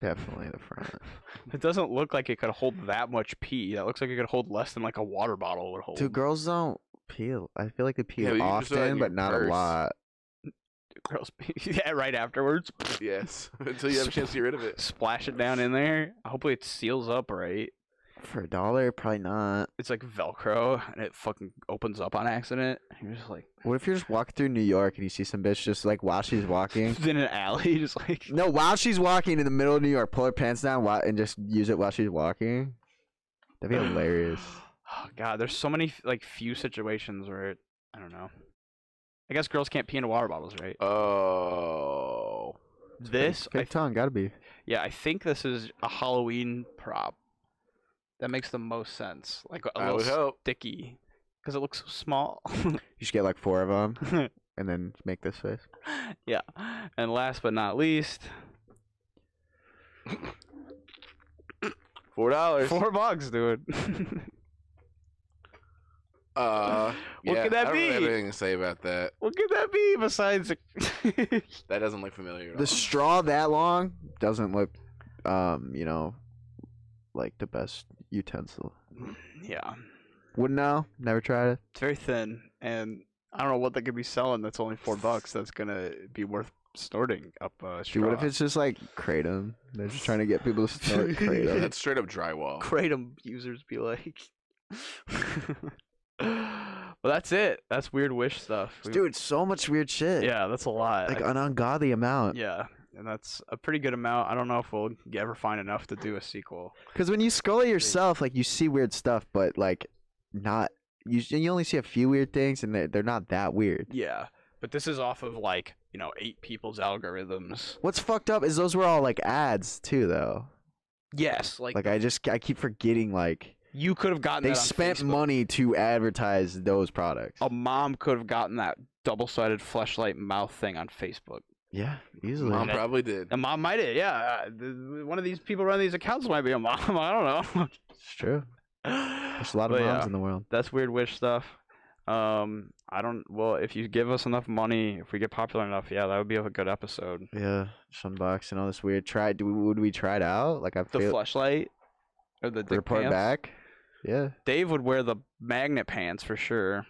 C: Definitely the front.
A: It doesn't look like it could hold that much pee. That looks like it could hold less than like a water bottle would hold.
C: Dude, girls don't peel. I feel like they pee
D: Yeah, but you can just do that in
C: often,
D: your
C: but not a
D: purse.
C: lot.
A: Girls pee. yeah, right afterwards.
D: yes, until you have a chance to get rid of it.
A: Splash it down in there. Hopefully it seals up right.
C: For a dollar, probably not.
A: It's like Velcro and it fucking opens up on accident. And you're just like
C: What if you're just walking through New York and you see some bitch just like while she's walking?
A: in an alley, just like
C: No, while she's walking in the middle of New York, pull her pants down while, and just use it while she's walking. That'd be hilarious.
A: Oh god, there's so many like few situations where it, I don't know. I guess girls can't pee into water bottles, right?
D: Oh,
A: this I
C: fake tongue, gotta be.
A: Yeah, I think this is a Halloween prop. That makes the most sense. Like a
D: I would
A: little
D: hope.
A: sticky, because it looks so small.
C: You should get like four of them and then make this face.
A: yeah, and last but not least,
D: Four dollars.
A: four bucks, dude.
D: Uh,
A: What
D: yeah,
A: could that
D: I don't really have
A: be?
D: anything to say about that.
A: what could that be besides? A...
D: That doesn't look familiar. At
C: The
D: all.
C: straw that long doesn't look, um, you know, like the best utensil.
A: yeah,
C: Wouldn't know. Never tried it.
A: it's very thin, and I don't know what they could be selling. That's only four bucks. That's gonna be worth snorting up a straw.
C: Dude, what if it's just like kratom? They're just trying to get people to snort
D: Yeah,
C: kratom.
D: that's straight up drywall.
A: kratom users be like? well, that's it. That's weird wish stuff, We-
C: Dude, so much weird shit.
A: Yeah, that's a lot.
C: Like uh,
A: I-
C: an ungodly amount.
A: yeah, and that's a pretty good amount. I don't know if we'll ever find enough to do a sequel.
C: Because when you scroll it yourself, like you see weird stuff, but like not you. You only see a few weird things, and they're, they're not that weird.
A: Yeah, but this is off of like you know eight people's algorithms.
C: What's fucked up is those were all like ads too, though.
A: Yes, like,
C: Like I just I keep forgetting like
A: you could have gotten.
C: they
A: that on
C: spent
A: Facebook. Oh.
C: money to advertise those products.
A: A mom could have gotten that double-sided flashlight mouth thing on Facebook.
C: yeah, easily.
D: Mom probably did.
A: A mom might have. Yeah, uh, th- one of these people running these accounts might be a mom. I don't know.
C: It's true. There's a lot
A: But
C: of moms
A: yeah.
C: in the world.
A: that's weird wish stuff. Um, I don't. Well, if you give us enough money, if we get popular enough, yeah, that would be a good episode.
C: Yeah, sunbox and all this weird. Try do we, would we try it out? Like I
A: The
C: feel
A: flashlight or the dick
C: report
A: pants.
C: back. Yeah,
A: Dave would wear the magnet pants for sure.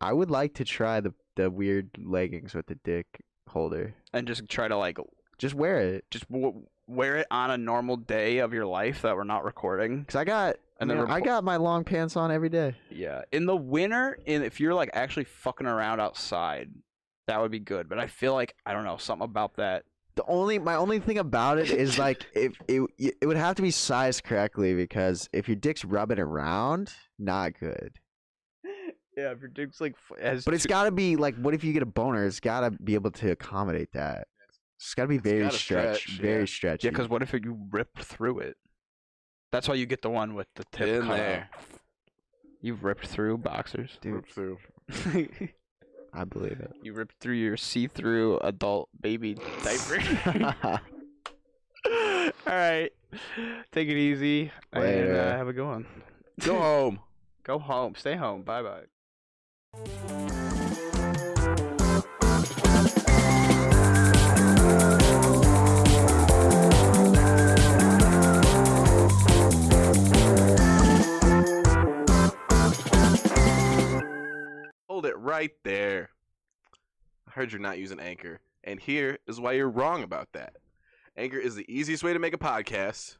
C: I would like to try the the weird leggings with the dick holder.
A: And just try to like
C: Just wear it.
A: just w- wear it on a normal day of your life that we're not recording.
C: Cause I got
A: And then
C: man, I
A: repl-
C: got my long pants on every day.
A: Yeah, in the winter, and if you're like actually fucking around outside, that would be good. But I feel like I don't know something about that.
C: The only my only thing about it is like if it it would have to be sized correctly because if your dick's rubbing around, not good.
A: Yeah, if your dick's like f- has
C: But it's got to be like what if you get a boner? It's got to be able to accommodate that. It's gotta be very
D: gotta
C: stretch,
D: stretch,
C: very
D: yeah.
C: stretchy.
A: Yeah, because what if you rip through it? That's why you get the one with the tip
D: In
A: cut
D: there.
A: off. You've ripped through boxers.
C: Dude.
D: Rip through.
A: you
C: I believe it.
A: ripped through your see-through adult baby diaper. All right, take it easy and
C: Later.
A: uh, have a good one.
D: Go home.
A: Go home. Stay home. Bye bye.
D: Hold it right there. I heard you're not using Anchor, and here is why you're wrong about that. Anchor is the easiest way to make a podcast.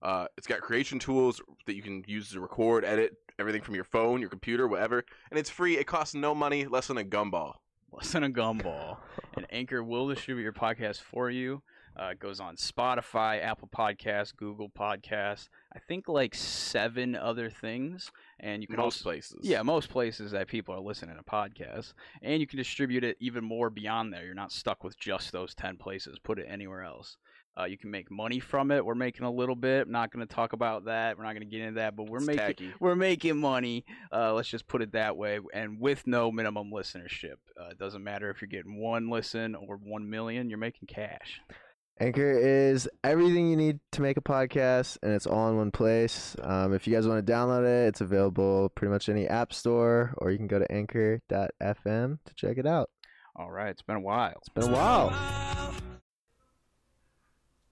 D: Uh, it's got creation tools that you can use to record, edit everything from your phone, your computer, whatever, and it's free. It costs no money, less than a gumball.
A: Less than a gumball. and Anchor will distribute your podcast for you. Uh, it goes on Spotify, Apple Podcasts, Google Podcasts. I think like seven other things, and you can
D: Most
A: also
D: places.
A: yeah most places that people are listening to podcasts, and you can distribute it even more beyond there. You're not stuck with just those ten places. Put it anywhere else. Uh, you can make money from it. We're making a little bit. I'm not going to talk about that. We're not going to get into that. But we're
D: It's
A: making
D: tacky.
A: we're making money. Uh, let's just put it that way, and with no minimum listenership. Uh, it doesn't matter if you're getting one listen or one million. You're making cash.
C: Anchor is everything you need to make a podcast, and it's all in one place. Um, if you guys want to download it, it's available pretty much any app store, or you can go to anchor.fm to check it out.
A: All right, it's been a while.
C: It's been a while.